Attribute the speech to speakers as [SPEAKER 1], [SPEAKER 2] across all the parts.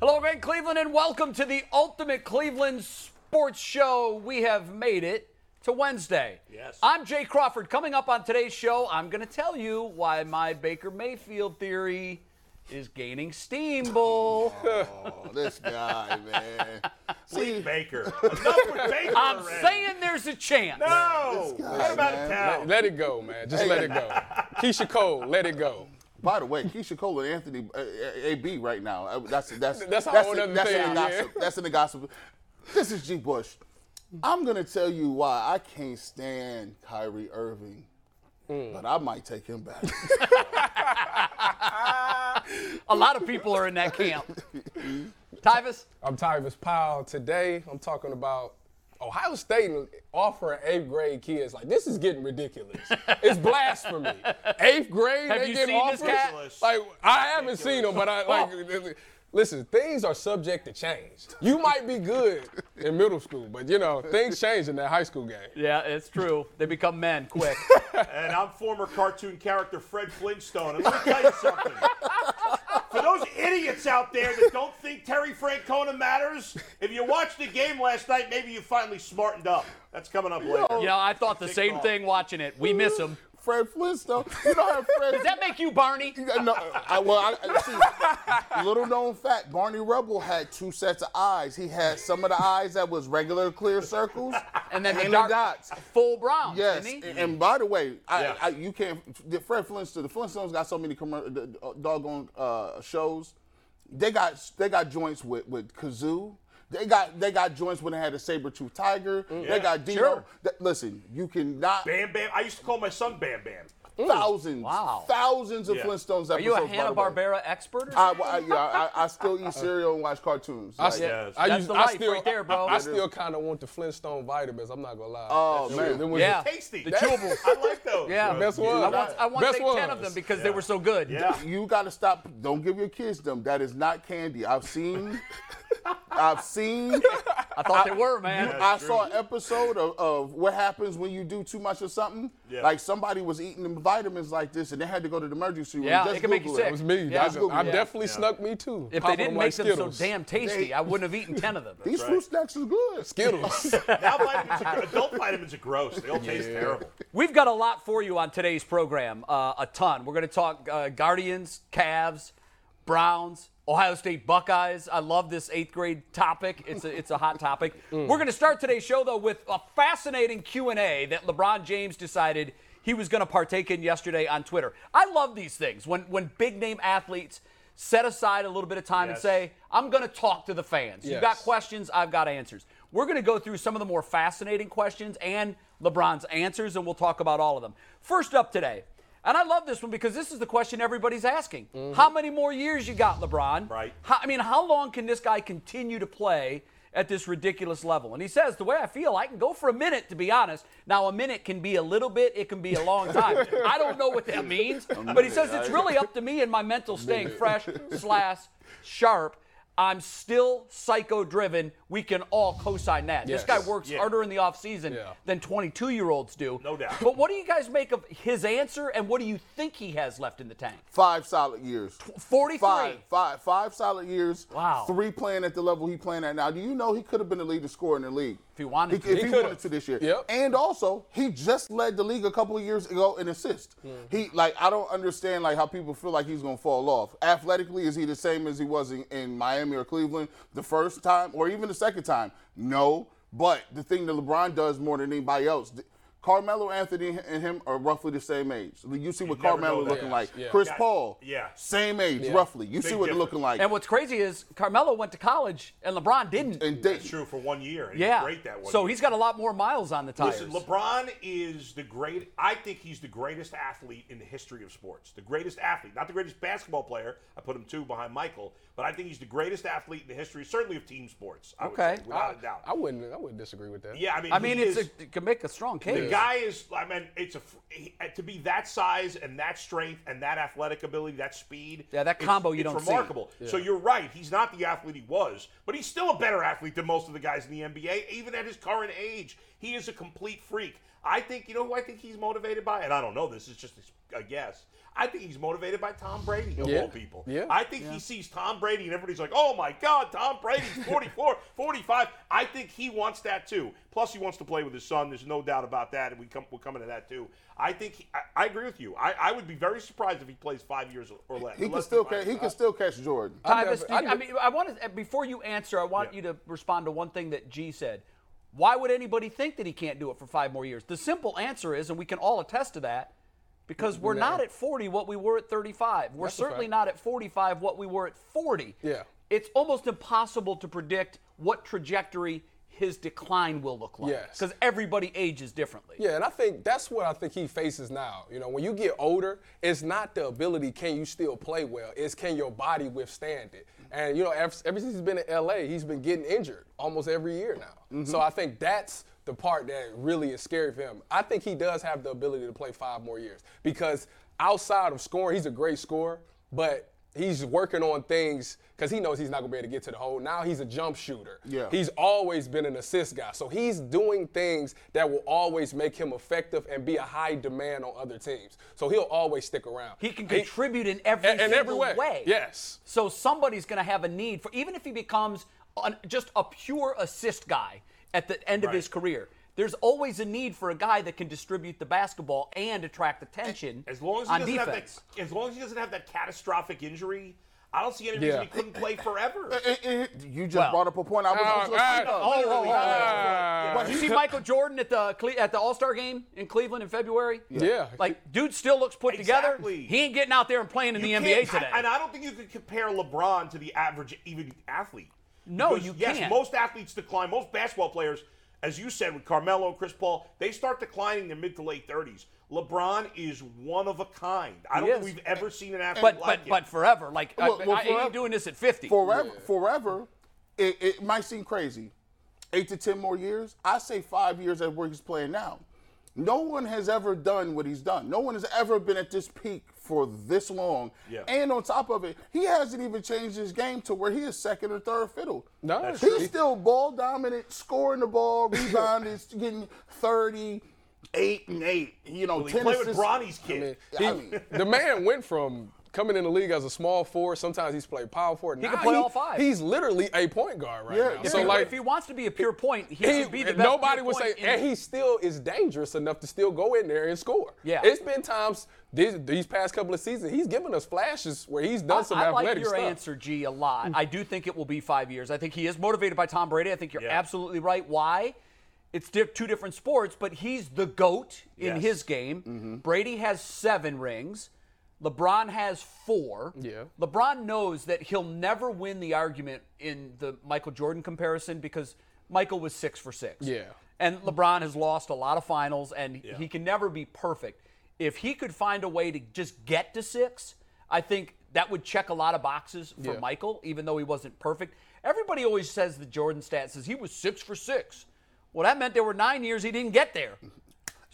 [SPEAKER 1] Hello again, Cleveland, and welcome to the Ultimate Cleveland Sports Show. We have made it to Wednesday. Yes. I'm Jay Crawford. Coming up on today's show, I'm going to tell you why my Baker Mayfield theory is gaining steam, Bull.
[SPEAKER 2] Oh, this guy, man. See,
[SPEAKER 3] Baker. Enough with Baker
[SPEAKER 1] I'm
[SPEAKER 3] already.
[SPEAKER 1] saying there's a chance.
[SPEAKER 3] No. What about a towel?
[SPEAKER 4] Let it go, man. Just let it go. Keisha Cole, let it go.
[SPEAKER 2] by the way, Keisha Cole and Anthony uh, uh, AB right now. Uh, That's that's
[SPEAKER 4] That's a whole
[SPEAKER 2] in-
[SPEAKER 4] other
[SPEAKER 2] that's in
[SPEAKER 4] thing,
[SPEAKER 2] the
[SPEAKER 4] yeah.
[SPEAKER 2] gossip. That's in the gossip. This is G. Bush. I'm gonna tell you why I can't stand Kyrie Irving,
[SPEAKER 1] Hmm.
[SPEAKER 2] but I might take him back.
[SPEAKER 1] A lot of people are in that camp. Tyvis,
[SPEAKER 4] I'm Tyvis Powell. Today, I'm talking about Ohio State offering eighth grade kids. Like, this is getting ridiculous. It's blasphemy. Eighth grade,
[SPEAKER 1] Have
[SPEAKER 4] they
[SPEAKER 1] you
[SPEAKER 4] get
[SPEAKER 1] seen this
[SPEAKER 4] offers?
[SPEAKER 1] cat?
[SPEAKER 3] Ridiculous.
[SPEAKER 4] Like, I haven't seen them, but I like. Listen, things are subject to change. You might be good in middle school, but you know things change in that high school game.
[SPEAKER 1] yeah, it's true. They become men quick.
[SPEAKER 3] And I'm former cartoon character Fred Flintstone. And let me tell you something. For those idiots out there that don't think Terry Francona matters, if you watched the game last night, maybe you finally smartened up. That's coming up later.
[SPEAKER 1] You know, I thought the same thing watching it. We miss him.
[SPEAKER 2] Fred Flintstone. You know how Fred.
[SPEAKER 1] Does that make you Barney?
[SPEAKER 2] no, I, well, I, I- see, little known fact: Barney Rubble had two sets of eyes. He had some of the eyes that was regular clear circles,
[SPEAKER 1] And then the
[SPEAKER 2] and
[SPEAKER 1] dark
[SPEAKER 2] dots.
[SPEAKER 1] full brown,
[SPEAKER 2] Yes,
[SPEAKER 1] didn't he?
[SPEAKER 2] and, and by the way, I,
[SPEAKER 3] Yeah.
[SPEAKER 2] I, you can't. the Fred Flintstone, the Flintstones got so many commer- d- d- doggone uh, shows. They got they got joints with with Kazoo. They got they got joints when they had a saber tooth tiger. They got Dino.
[SPEAKER 1] Sure.
[SPEAKER 2] Th- listen, you cannot
[SPEAKER 3] Mm. Bam Bam. I used to call my son Bam Bam.
[SPEAKER 2] thousands,
[SPEAKER 1] Wow.
[SPEAKER 2] thousands of
[SPEAKER 3] Yeah.
[SPEAKER 2] Flintstones episodes.
[SPEAKER 1] Are you a
[SPEAKER 2] by the
[SPEAKER 1] Hanna
[SPEAKER 2] way.
[SPEAKER 1] Barbera
[SPEAKER 4] Uh,
[SPEAKER 1] expert? Or
[SPEAKER 2] I,
[SPEAKER 1] something?
[SPEAKER 2] I, yeah, I, I still eat cereal and watch cartoons.
[SPEAKER 4] I,
[SPEAKER 2] Like,
[SPEAKER 4] st-
[SPEAKER 3] Yes.
[SPEAKER 4] I
[SPEAKER 1] That's
[SPEAKER 4] use-
[SPEAKER 1] the
[SPEAKER 4] I
[SPEAKER 1] life
[SPEAKER 4] still,
[SPEAKER 1] right there, bro.
[SPEAKER 4] I, I still kind of want the Flintstone vitamins. I'm not gonna lie.
[SPEAKER 2] Oh,
[SPEAKER 4] That's
[SPEAKER 2] man.
[SPEAKER 4] true. Them was-
[SPEAKER 1] yeah,
[SPEAKER 3] Tasty.
[SPEAKER 1] The chewables.
[SPEAKER 3] I like those.
[SPEAKER 1] Yeah,
[SPEAKER 3] bro.
[SPEAKER 4] Best
[SPEAKER 1] I
[SPEAKER 4] one.
[SPEAKER 1] want, I want to
[SPEAKER 4] Best
[SPEAKER 1] say ten of them
[SPEAKER 4] ones.
[SPEAKER 1] because they were so good.
[SPEAKER 3] Yeah.
[SPEAKER 2] you gotta stop. Don't give your kids them. That is not candy. I've seen. I've seen.
[SPEAKER 1] I thought they were, man.
[SPEAKER 3] Yeah.
[SPEAKER 2] I
[SPEAKER 3] That's
[SPEAKER 2] saw an episode of, of what happens when you do too much of something.
[SPEAKER 3] Yeah.
[SPEAKER 2] Like somebody was eating them vitamins like this, and they had to go to the emergency room.
[SPEAKER 1] Yeah,
[SPEAKER 2] just
[SPEAKER 1] it can make you
[SPEAKER 2] Google
[SPEAKER 4] That was me.
[SPEAKER 1] Yeah.
[SPEAKER 4] I, I
[SPEAKER 1] Yeah.
[SPEAKER 4] definitely snuck me too.
[SPEAKER 1] If they
[SPEAKER 4] Popping
[SPEAKER 1] didn't
[SPEAKER 4] like
[SPEAKER 1] make them so
[SPEAKER 4] Skittles.
[SPEAKER 1] damn tasty, I wouldn't have eaten ten of them.
[SPEAKER 2] These fruit snacks is good.
[SPEAKER 4] Skittles.
[SPEAKER 3] Now vitamins are, adult vitamins are gross. They all taste terrible.
[SPEAKER 1] We've got a lot for you on today's program, uh, a ton. We're going to talk uh, Guardians, Cavs, Browns, Ohio State Buckeyes. I love this eighth grade topic. It's a, it's a hot topic. We're going to start today's show though with a fascinating Q and A that LeBron James decided he was going to partake in yesterday on Twitter. I love these things when when big name athletes set aside a little bit of time and
[SPEAKER 3] Yes.
[SPEAKER 1] say, "I'm going to talk to the fans." You've got
[SPEAKER 4] Yes.
[SPEAKER 1] questions, I've got answers. We're going to go through some of the more fascinating questions and LeBron's answers, and we'll talk about all of them. First up today, and I love this one because this is the question everybody's asking: How many more years you got, LeBron?
[SPEAKER 3] Right.
[SPEAKER 1] How, I mean, how long can this guy continue to play at this ridiculous level? And he says, the way I feel, I can go for a minute, to be honest. Now, a minute can be a little bit, it can be a long time. I don't know what that means, but he says it's really up to me and my mental staying fresh slash sharp. I'm still psycho driven. We can all co sign that. This
[SPEAKER 4] Yes.
[SPEAKER 1] guy works
[SPEAKER 3] Yeah.
[SPEAKER 1] harder in the offseason
[SPEAKER 4] Yeah.
[SPEAKER 1] than 22 year olds do.
[SPEAKER 3] No doubt.
[SPEAKER 1] But what do you guys make of his answer and what do you think he has left in the tank?
[SPEAKER 2] Five solid years.
[SPEAKER 1] 43.
[SPEAKER 2] Five, five, five solid years.
[SPEAKER 1] Wow.
[SPEAKER 2] Three playing at the level he playing at now. Do you know he could have been the leading scorer in the league
[SPEAKER 1] If he wanted to.
[SPEAKER 2] If
[SPEAKER 1] He
[SPEAKER 2] he,
[SPEAKER 4] could've.
[SPEAKER 2] wanted to this year.
[SPEAKER 4] Yep.
[SPEAKER 2] And also, he just led the league a couple of years ago in assists. He like I don't understand like how people feel like he's gonna fall off. Athletically, is he the same as he was in, in Miami or Cleveland the first time or even the second time? No. But the thing that LeBron does more than anybody else. th- Carmelo Anthony and him are roughly the same age. You see what
[SPEAKER 3] You'd never
[SPEAKER 2] Carmelo
[SPEAKER 3] know that.
[SPEAKER 2] looking
[SPEAKER 4] Yeah,
[SPEAKER 2] like.
[SPEAKER 4] yeah.
[SPEAKER 2] Chris
[SPEAKER 3] Got-
[SPEAKER 2] Paul,
[SPEAKER 3] yeah.
[SPEAKER 2] same age, roughly. You see what they're
[SPEAKER 3] difference.
[SPEAKER 2] looking like.
[SPEAKER 1] And what's crazy is Carmelo went to college and LeBron didn't.
[SPEAKER 2] And they,
[SPEAKER 3] That's true for one year. And
[SPEAKER 1] yeah.
[SPEAKER 3] He's great that one.
[SPEAKER 1] so
[SPEAKER 3] year.
[SPEAKER 1] he's got a lot more miles on the tires.
[SPEAKER 3] Listen, LeBron is the great. I think he's the greatest athlete in the history of sports. The greatest athlete, not the greatest basketball player. I put him two behind Michael, but I think he's the greatest athlete in the history, certainly of team sports. I would
[SPEAKER 1] Okay. Uh,
[SPEAKER 3] say, without a doubt.
[SPEAKER 4] I wouldn't. I wouldn't disagree with that.
[SPEAKER 3] yeah, I mean,
[SPEAKER 1] I mean,
[SPEAKER 3] he
[SPEAKER 1] it's
[SPEAKER 3] is-
[SPEAKER 1] a, it can make a strong case.
[SPEAKER 3] the guy is. I mean, it's a fr- he, uh, to be that size and that strength and that athletic ability, that speed.
[SPEAKER 1] Yeah, that
[SPEAKER 3] it's-
[SPEAKER 1] combo you
[SPEAKER 3] it's
[SPEAKER 1] don't see.
[SPEAKER 3] remarkable. So you're right. He's not the athlete he was, but he's still a better athlete than most of the guys in the NBA, even at his current age. He is a complete freak. I think you know who I think he's motivated by, and I don't know this. It's just a guess. I think he's motivated by Tom Brady of
[SPEAKER 4] Yeah.
[SPEAKER 3] all people.
[SPEAKER 4] Yeah.
[SPEAKER 3] I think he sees Tom Brady and everybody's like, "Oh my God, Tom Brady's 44, 45." I think he wants that too. Plus, he wants to play with his son. There's no doubt about that, and we come we'll come into that too. I think he, I, I agree with you. I, I would be very surprised if he plays five years or less.
[SPEAKER 2] he can
[SPEAKER 3] less
[SPEAKER 2] still
[SPEAKER 3] than five
[SPEAKER 2] catch, he
[SPEAKER 3] years.
[SPEAKER 2] can still catch Jordan.
[SPEAKER 1] Tyvus,
[SPEAKER 4] never- I
[SPEAKER 1] did- I,
[SPEAKER 4] never-
[SPEAKER 1] mean, I want to before you answer. I want
[SPEAKER 3] Yeah.
[SPEAKER 1] you to respond to one thing that G said. Why would anybody think that he can't do it for five more years? The simple answer is, and we can all attest to that, because we're not at 40 what we were at 35. We're
[SPEAKER 4] That's a
[SPEAKER 1] certainly
[SPEAKER 4] fact.
[SPEAKER 1] not at 45 what we were at 40.
[SPEAKER 4] Yeah.
[SPEAKER 1] It's almost impossible to predict what trajectory his decline will look like.
[SPEAKER 4] Yes.
[SPEAKER 1] Because everybody ages differently.
[SPEAKER 4] Yeah, and I think that's what I think he faces now. You know, when you get older, it's not the ability can you still play well, it's can your body withstand it. And you know, ever, ever since he's been in LA, he's been getting injured almost every year now. So I think that's the part that really is scary for him. I think he does have the ability to play five more years because outside of scoring, he's a great scorer, but he's working on things because he knows he's not gonna be able to get to the hole. Now he's a jump shooter.
[SPEAKER 2] Yeah.
[SPEAKER 4] He's always been an assist guy. So he's doing things that will always make him effective and be a high demand on other teams. So he'll always stick around.
[SPEAKER 1] He can contribute in every
[SPEAKER 4] in every
[SPEAKER 1] single
[SPEAKER 4] way. Yes.
[SPEAKER 1] So somebody's going to have a need for even if he becomes an, just a pure assist guy at the end of his career. There's always a need for a guy that can distribute the basketball and attract attention
[SPEAKER 3] As long as he
[SPEAKER 1] on
[SPEAKER 3] doesn't
[SPEAKER 1] defense.
[SPEAKER 3] have that, as long as he doesn't have that catastrophic injury, I don't see any reason
[SPEAKER 4] Yeah.
[SPEAKER 3] he couldn't play forever.
[SPEAKER 2] And- and- you just
[SPEAKER 1] Well.
[SPEAKER 2] brought up a point. I was, I was gonna
[SPEAKER 4] Uh,
[SPEAKER 2] speak
[SPEAKER 4] uh,
[SPEAKER 2] of.
[SPEAKER 4] oh, oh,
[SPEAKER 2] Literally,
[SPEAKER 4] oh,
[SPEAKER 2] I was-
[SPEAKER 4] oh.
[SPEAKER 2] but
[SPEAKER 1] you
[SPEAKER 2] he-
[SPEAKER 1] see Michael Jordan at the Cle- at the All Star game in Cleveland in February.
[SPEAKER 4] Yeah.
[SPEAKER 1] like dude still looks put
[SPEAKER 3] Exactly.
[SPEAKER 1] together. He ain't getting out there and playing in
[SPEAKER 3] You
[SPEAKER 1] the NBA
[SPEAKER 3] can't-
[SPEAKER 1] today.
[SPEAKER 3] I- and I don't think you can compare LeBron to the average even athlete.
[SPEAKER 1] No,
[SPEAKER 3] Because,
[SPEAKER 1] you
[SPEAKER 3] yes,
[SPEAKER 1] can't.
[SPEAKER 3] most athletes decline. Most basketball players, as you said, with Carmelo and Chris Paul, they start declining in their mid to late thirties. LeBron is one of a kind. I don't
[SPEAKER 1] He
[SPEAKER 3] think
[SPEAKER 1] is.
[SPEAKER 3] we've ever seen an athlete
[SPEAKER 1] but
[SPEAKER 3] like
[SPEAKER 1] but
[SPEAKER 3] him.
[SPEAKER 1] but forever, like I-
[SPEAKER 2] Well, well,
[SPEAKER 1] I, ain't
[SPEAKER 2] forever-
[SPEAKER 1] doing this at 50.
[SPEAKER 2] forever, forever. It, it might seem crazy, eight to ten more years. I say five years at where he's playing now. No one has ever done what he's done. No one has ever been at this peak for this long.
[SPEAKER 3] Yeah.
[SPEAKER 2] And on top of it, he hasn't even changed his game to where he is second or third fiddle.
[SPEAKER 4] No, That's
[SPEAKER 2] he's
[SPEAKER 4] true.
[SPEAKER 2] still ball dominant, scoring the ball, rebounding, getting thirty, eight and eight. You know,
[SPEAKER 3] he
[SPEAKER 2] ten
[SPEAKER 3] played with
[SPEAKER 2] assists.
[SPEAKER 3] Bronny's kid.
[SPEAKER 4] He-
[SPEAKER 2] I mean-
[SPEAKER 4] the man went from coming in the league as a small forward. Sometimes he's played power forward.
[SPEAKER 1] He can
[SPEAKER 4] Now
[SPEAKER 1] play all five.
[SPEAKER 4] He's literally a point guard right
[SPEAKER 2] Yeah,
[SPEAKER 4] now.
[SPEAKER 2] yeah.
[SPEAKER 4] So
[SPEAKER 1] If he-
[SPEAKER 4] like,
[SPEAKER 1] if he wants to be a pure point, he,
[SPEAKER 4] he,
[SPEAKER 1] should be the best.
[SPEAKER 4] nobody
[SPEAKER 1] pure
[SPEAKER 4] would say,
[SPEAKER 1] point in-
[SPEAKER 4] and he still is dangerous enough to still go in there and score.
[SPEAKER 1] Yeah.
[SPEAKER 4] it's been times these, these past couple of seasons he's given us flashes where he's done some
[SPEAKER 1] I, I
[SPEAKER 4] athletic
[SPEAKER 1] like your
[SPEAKER 4] stuff. Mm.
[SPEAKER 1] answer, G, a lot. I do think it will be five years. I think he is motivated by Tom Brady. I think you're
[SPEAKER 3] Yeah.
[SPEAKER 1] absolutely right. Why? It's di- two different sports, but he's the goat in
[SPEAKER 3] Yes.
[SPEAKER 1] his game.
[SPEAKER 4] Mm-hmm.
[SPEAKER 1] Brady has seven rings. LeBron has four.
[SPEAKER 4] Yeah.
[SPEAKER 1] LeBron knows that he'll never win the argument in the Michael Jordan comparison because Michael was six for six.
[SPEAKER 4] Yeah.
[SPEAKER 1] And LeBron has lost a lot of finals, and he can never be perfect. If he could find a way to just get to six, I think that would check a lot of boxes for
[SPEAKER 4] Yeah.
[SPEAKER 1] Michael, even though he wasn't perfect. Everybody always says the Jordan stat says he was six for six. Well, that meant there were nine years he didn't get there.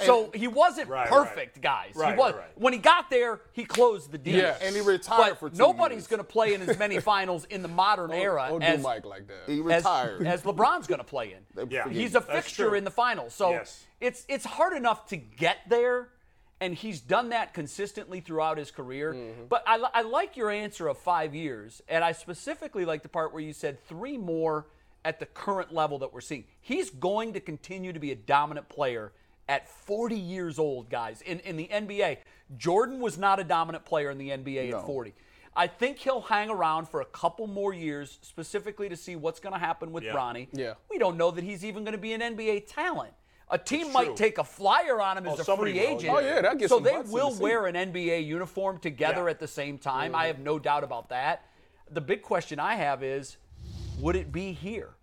[SPEAKER 1] So he wasn't
[SPEAKER 3] Right,
[SPEAKER 1] perfect,
[SPEAKER 3] right.
[SPEAKER 1] guys.
[SPEAKER 3] Right,
[SPEAKER 1] he
[SPEAKER 3] right,
[SPEAKER 1] was
[SPEAKER 3] right.
[SPEAKER 1] when he got there, he closed the deal.
[SPEAKER 4] Yes.
[SPEAKER 2] And he retired
[SPEAKER 1] but
[SPEAKER 2] for two
[SPEAKER 1] Nobody's
[SPEAKER 2] years.
[SPEAKER 1] going to play in as many finals in the modern era
[SPEAKER 4] Don't
[SPEAKER 1] as
[SPEAKER 4] do Mike like that.
[SPEAKER 2] He
[SPEAKER 1] as,
[SPEAKER 2] retired.
[SPEAKER 1] as LeBron's going to play in.
[SPEAKER 3] Yeah.
[SPEAKER 1] He's a
[SPEAKER 3] That's
[SPEAKER 1] fixture
[SPEAKER 3] true.
[SPEAKER 1] in the finals. So
[SPEAKER 3] Yes.
[SPEAKER 1] it's it's hard enough to get there and he's done that consistently throughout his career.
[SPEAKER 4] Mm-hmm.
[SPEAKER 1] But I, li- I like your answer of 5 years and I specifically like the part where you said 3 more at the current level that we're seeing. He's going to continue to be a dominant player at 40 years old, guys, in, in the NBA. Jordan was not a dominant player in the NBA at 40. I think he'll hang around for a couple more years, specifically to see what's going to happen with Bronny.
[SPEAKER 4] Yeah.
[SPEAKER 1] We don't know that he's even going to be an NBA talent. A team might take a flyer on him
[SPEAKER 3] Oh,
[SPEAKER 1] as a
[SPEAKER 3] somebody
[SPEAKER 1] free
[SPEAKER 3] will,
[SPEAKER 1] agent.
[SPEAKER 3] yeah. Oh, yeah,
[SPEAKER 4] that gets
[SPEAKER 1] so
[SPEAKER 4] some
[SPEAKER 1] they
[SPEAKER 4] butts in
[SPEAKER 1] will
[SPEAKER 4] the seat.
[SPEAKER 1] wear an NBA uniform together
[SPEAKER 3] Yeah.
[SPEAKER 1] at the same time. I have no doubt about that. The big question I have is, would it be here?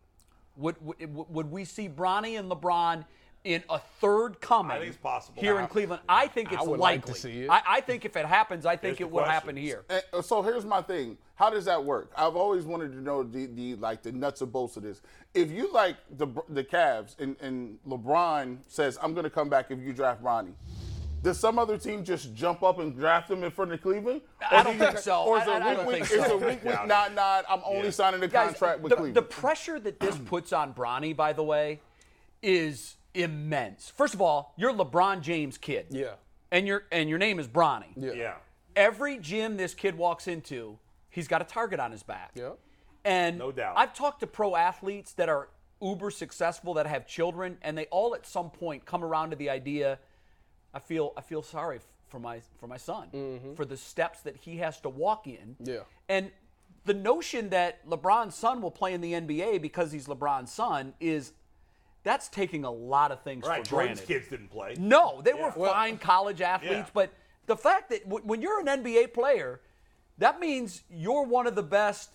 [SPEAKER 1] Would would, would we see Bronny and LeBron in a third coming?
[SPEAKER 3] I think it's possible.
[SPEAKER 1] here in
[SPEAKER 3] I-
[SPEAKER 1] Cleveland. I think it's
[SPEAKER 4] would
[SPEAKER 1] likely.
[SPEAKER 4] like to see it.
[SPEAKER 1] I, I think if it happens, I think
[SPEAKER 3] Here's
[SPEAKER 1] it
[SPEAKER 3] the
[SPEAKER 1] will
[SPEAKER 3] question.
[SPEAKER 1] happen here.
[SPEAKER 2] And, uh, so here's my thing. How does that work? I've always wanted to know the, the like the nuts and bolts of this. If you like the Br- the Cavs and, and LeBron says I'm going to come back if you draft Bronny, does some other team just jump up and draft him in front of Cleveland?
[SPEAKER 1] I
[SPEAKER 2] Or
[SPEAKER 1] don't
[SPEAKER 2] do you-
[SPEAKER 1] think so.
[SPEAKER 2] Or is
[SPEAKER 1] I-
[SPEAKER 2] it
[SPEAKER 1] I- I
[SPEAKER 2] week
[SPEAKER 1] don't
[SPEAKER 2] week?
[SPEAKER 1] think
[SPEAKER 2] Is
[SPEAKER 1] so.
[SPEAKER 2] it week
[SPEAKER 3] Doubt
[SPEAKER 2] week?
[SPEAKER 3] it.
[SPEAKER 2] Nod nod. I'm only
[SPEAKER 3] Yeah.
[SPEAKER 2] signing a
[SPEAKER 1] Guys,
[SPEAKER 2] contract with
[SPEAKER 1] the,
[SPEAKER 2] Cleveland.
[SPEAKER 1] the pressure that this puts on Bronny, by the way, is immense. First of all, you're LeBron James' kid.
[SPEAKER 4] Yeah.
[SPEAKER 1] And your and your name is Bronny.
[SPEAKER 4] Yeah.
[SPEAKER 3] Yeah.
[SPEAKER 1] Every gym this kid walks into, he's got a target on his back.
[SPEAKER 4] Yeah.
[SPEAKER 1] And
[SPEAKER 3] No doubt.
[SPEAKER 1] I've talked to pro athletes that are uber successful that have children, and they all at some point come around to the idea. I feel I feel sorry f- for my for my son for the steps that he has to walk in.
[SPEAKER 4] Yeah.
[SPEAKER 1] And the notion that LeBron's son will play in the NBA because he's LeBron's son is that's taking a lot of things
[SPEAKER 3] Right.
[SPEAKER 1] for
[SPEAKER 3] Jordan's
[SPEAKER 1] granted.
[SPEAKER 3] kids didn't play.
[SPEAKER 1] No, they were
[SPEAKER 4] Well-
[SPEAKER 1] fine college athletes,
[SPEAKER 3] Yeah.
[SPEAKER 1] but the fact that w- when you're an NBA player, that means you're one of the best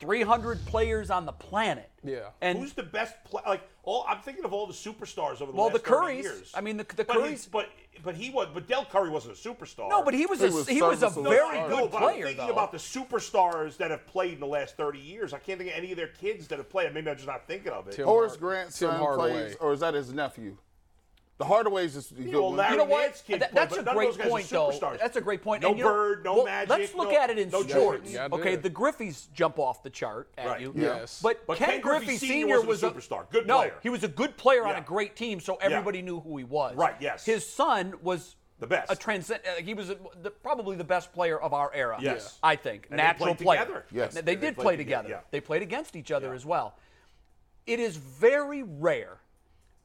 [SPEAKER 1] 300 players on the planet.
[SPEAKER 4] Yeah.
[SPEAKER 1] And
[SPEAKER 3] Who's the best player? Like all, I'm thinking of all the superstars over the
[SPEAKER 1] well,
[SPEAKER 3] last
[SPEAKER 1] the
[SPEAKER 3] 30
[SPEAKER 1] Currys.
[SPEAKER 3] years.
[SPEAKER 1] I mean, the, the
[SPEAKER 3] but he-
[SPEAKER 1] Currys.
[SPEAKER 3] but but he was. But Del Curry wasn't a superstar.
[SPEAKER 1] no, but he was
[SPEAKER 2] He
[SPEAKER 1] a,
[SPEAKER 2] was
[SPEAKER 1] he was a
[SPEAKER 2] serviceable.
[SPEAKER 1] very
[SPEAKER 3] I
[SPEAKER 2] No,
[SPEAKER 1] good
[SPEAKER 3] know, but I'm
[SPEAKER 1] player,
[SPEAKER 3] thinking
[SPEAKER 1] though.
[SPEAKER 3] about the superstars that have played in the last 30 years. I can't think of any of their kids that have played. Maybe I'm just not thinking of it. Oh,
[SPEAKER 4] Tim-
[SPEAKER 2] Horace
[SPEAKER 4] Tim
[SPEAKER 2] Grant's son
[SPEAKER 4] Hardaway.
[SPEAKER 2] plays, or is that his nephew? The Hardaways is the good
[SPEAKER 3] well,
[SPEAKER 2] one.
[SPEAKER 3] Larry
[SPEAKER 1] you know what?
[SPEAKER 3] Nance kid
[SPEAKER 1] That-
[SPEAKER 3] play,
[SPEAKER 1] that's
[SPEAKER 3] but
[SPEAKER 1] a
[SPEAKER 3] none of
[SPEAKER 1] great
[SPEAKER 3] those guys are
[SPEAKER 1] point, though.
[SPEAKER 3] superstars.
[SPEAKER 1] That's a great point.
[SPEAKER 3] No
[SPEAKER 1] And you know-
[SPEAKER 3] Bird, no
[SPEAKER 1] well,
[SPEAKER 3] Magic,
[SPEAKER 1] Let's look
[SPEAKER 3] no-
[SPEAKER 1] at it in
[SPEAKER 3] no
[SPEAKER 1] shorts.
[SPEAKER 3] Jordan.
[SPEAKER 4] Yeah,
[SPEAKER 1] okay,
[SPEAKER 4] dude.
[SPEAKER 1] the Griffey's jump off the chart at
[SPEAKER 3] Right.
[SPEAKER 1] you.
[SPEAKER 4] Yes.
[SPEAKER 1] But,
[SPEAKER 3] But
[SPEAKER 1] Ken, Griffey, Sr. was,
[SPEAKER 3] wasn't a superstar. Good
[SPEAKER 1] no,
[SPEAKER 3] player.
[SPEAKER 1] he was a good player on
[SPEAKER 3] Yeah.
[SPEAKER 1] a great team, so everybody knew who he was.
[SPEAKER 3] Right, yes.
[SPEAKER 1] His son was
[SPEAKER 3] The best.
[SPEAKER 1] A transcend. uh, He was a, the, probably the best player of our era.
[SPEAKER 3] Yes.
[SPEAKER 1] I think
[SPEAKER 3] And they
[SPEAKER 1] natural
[SPEAKER 3] played
[SPEAKER 1] player.
[SPEAKER 3] together.
[SPEAKER 2] Yes.
[SPEAKER 1] they,
[SPEAKER 2] And they
[SPEAKER 1] did
[SPEAKER 3] played
[SPEAKER 1] play
[SPEAKER 3] together,
[SPEAKER 1] together.
[SPEAKER 3] yeah.
[SPEAKER 1] They played against each other as well. It is very rare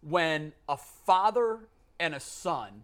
[SPEAKER 1] when a father and a son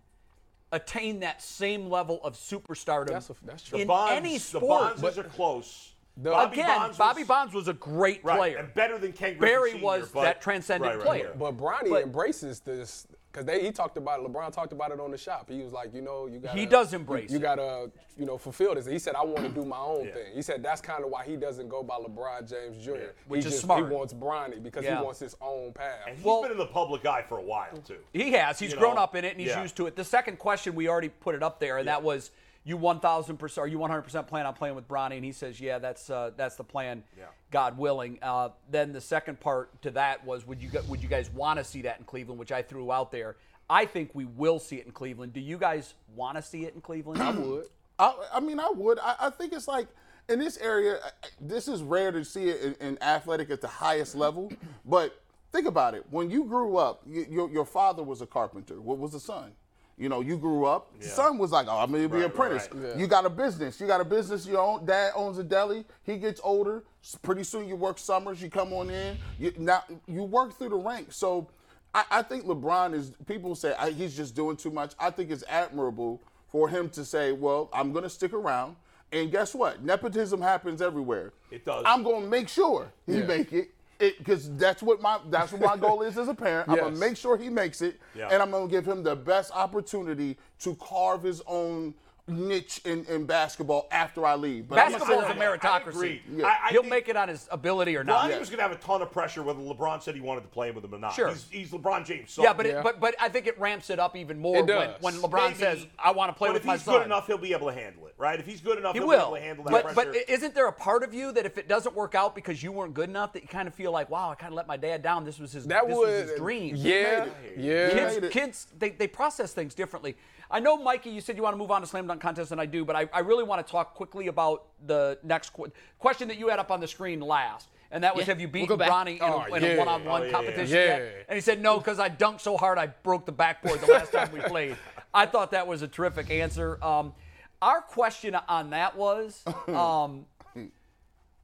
[SPEAKER 1] attain that same level of superstardom
[SPEAKER 4] That's a- that's true.
[SPEAKER 1] in
[SPEAKER 3] Bonds,
[SPEAKER 1] any
[SPEAKER 3] The
[SPEAKER 1] sport.
[SPEAKER 3] Bonds are close.
[SPEAKER 4] The-
[SPEAKER 3] Bobby
[SPEAKER 1] Again,
[SPEAKER 3] Bonds
[SPEAKER 1] Bobby
[SPEAKER 3] was,
[SPEAKER 1] Bonds was a great
[SPEAKER 3] right,
[SPEAKER 1] player.
[SPEAKER 3] and better than Ken Griffey
[SPEAKER 1] Barry
[SPEAKER 3] Sr.,
[SPEAKER 1] was
[SPEAKER 3] but-
[SPEAKER 1] that transcendent
[SPEAKER 3] right, right,
[SPEAKER 1] player.
[SPEAKER 3] right.
[SPEAKER 4] But Bronny
[SPEAKER 1] But-
[SPEAKER 4] embraces this because they he talked about it. LeBron talked about it on the shop. He was like, you know, you got
[SPEAKER 1] He does embrace
[SPEAKER 4] You,
[SPEAKER 1] it.
[SPEAKER 4] gotta, you know, fulfill this. He said, I want to do my own
[SPEAKER 3] Yeah.
[SPEAKER 4] thing. He said that's kind of why he doesn't go by LeBron James Jr.
[SPEAKER 1] Which is
[SPEAKER 4] he just,
[SPEAKER 1] smart.
[SPEAKER 4] He wants Bronny because
[SPEAKER 1] Yeah.
[SPEAKER 4] he wants his own path.
[SPEAKER 3] And he's
[SPEAKER 1] Well-
[SPEAKER 3] been in the public eye for a while too.
[SPEAKER 1] He has. He's
[SPEAKER 3] You
[SPEAKER 1] grown
[SPEAKER 3] know?
[SPEAKER 1] up in it and he's
[SPEAKER 3] Yeah.
[SPEAKER 1] used to it. The second question we already put it up there, and that was you 1,000 percent. Are you 100 percent plan on playing with Bronny? And he says, yeah, that's uh, that's the plan,
[SPEAKER 3] Yeah.
[SPEAKER 1] God willing. Uh, then the second part to that was, would you gu- would you guys want to see that in Cleveland? Which I threw out there. I think we will see it in Cleveland. Do you guys want to see it in Cleveland? I would.
[SPEAKER 2] I, I mean, I would. I, I think it's like in this area, I- I- this is rare to see it in, in athletic at the highest level. But think about it. When you grew up, you, your, your father was a carpenter. What was the son? You know, you grew up. The son was like, oh, I'm going to be an
[SPEAKER 3] Right, right,
[SPEAKER 2] apprentice.
[SPEAKER 3] right.
[SPEAKER 2] You got a business. You got a business. Your own dad owns a deli. He gets older. S- Pretty soon you work summers. You come on in. You, now, you work through the ranks. So I, I think LeBron is, people say I, he's just doing too much. I think it's admirable for him to say, well, I'm going to stick around. And guess what? Nepotism happens everywhere.
[SPEAKER 3] It does.
[SPEAKER 2] I'm going to make sure he make it. Because that's what my that's what my goal is as a parent. I'm gonna
[SPEAKER 4] Yes.
[SPEAKER 2] make sure he makes it,
[SPEAKER 3] Yeah.
[SPEAKER 2] and I'm gonna give him the best opportunity to carve his own niche in, in basketball after I leave. But I'm
[SPEAKER 1] Basketball is a
[SPEAKER 3] I- I merit-
[SPEAKER 1] meritocracy.
[SPEAKER 3] agree. Yeah. I- I
[SPEAKER 1] He'll
[SPEAKER 3] think-
[SPEAKER 1] make it on his ability or not.
[SPEAKER 3] Bronny was going to have a ton of pressure whether LeBron said he wanted to play with him or not.
[SPEAKER 1] Sure.
[SPEAKER 3] He's, he's LeBron James. son.
[SPEAKER 1] Yeah, but
[SPEAKER 4] Yeah.
[SPEAKER 1] It, but but I think it ramps it up even more
[SPEAKER 4] It
[SPEAKER 1] when,
[SPEAKER 4] does.
[SPEAKER 1] when LeBron
[SPEAKER 3] Maybe.
[SPEAKER 1] says, "I want to play
[SPEAKER 3] but
[SPEAKER 1] with
[SPEAKER 3] if
[SPEAKER 1] my
[SPEAKER 3] he's
[SPEAKER 1] son."
[SPEAKER 3] good enough, he'll be able to handle it, right? If he's good enough,
[SPEAKER 1] He
[SPEAKER 3] will be able
[SPEAKER 1] will.
[SPEAKER 3] to handle that
[SPEAKER 1] But,
[SPEAKER 3] pressure.
[SPEAKER 1] but isn't there a part of you that if it doesn't work out because you weren't good enough, that you kind of feel like, wow, I kind of let my dad down. This was his.
[SPEAKER 4] that
[SPEAKER 1] this
[SPEAKER 4] would
[SPEAKER 1] was his dream.
[SPEAKER 4] Yeah, yeah.
[SPEAKER 2] He made
[SPEAKER 1] Kids,
[SPEAKER 2] it.
[SPEAKER 1] kids they, they process things differently. I know, Mikey, you said you want to move on to slam dunk contest, and I do, but I, I really want to talk quickly about the next qu- question that you had up on the screen last, and that was
[SPEAKER 5] Yeah,
[SPEAKER 1] Have you
[SPEAKER 5] we'll
[SPEAKER 1] beaten
[SPEAKER 5] go back.
[SPEAKER 1] Bronny in, a-
[SPEAKER 4] Oh,
[SPEAKER 1] in a
[SPEAKER 4] yeah.
[SPEAKER 1] one-on-one
[SPEAKER 3] Oh, yeah.
[SPEAKER 1] competition
[SPEAKER 4] Yeah.
[SPEAKER 1] yet? And he said no because I dunked so hard I broke the backboard the last time we played. I thought that was a terrific answer. Um, our question on that was, um,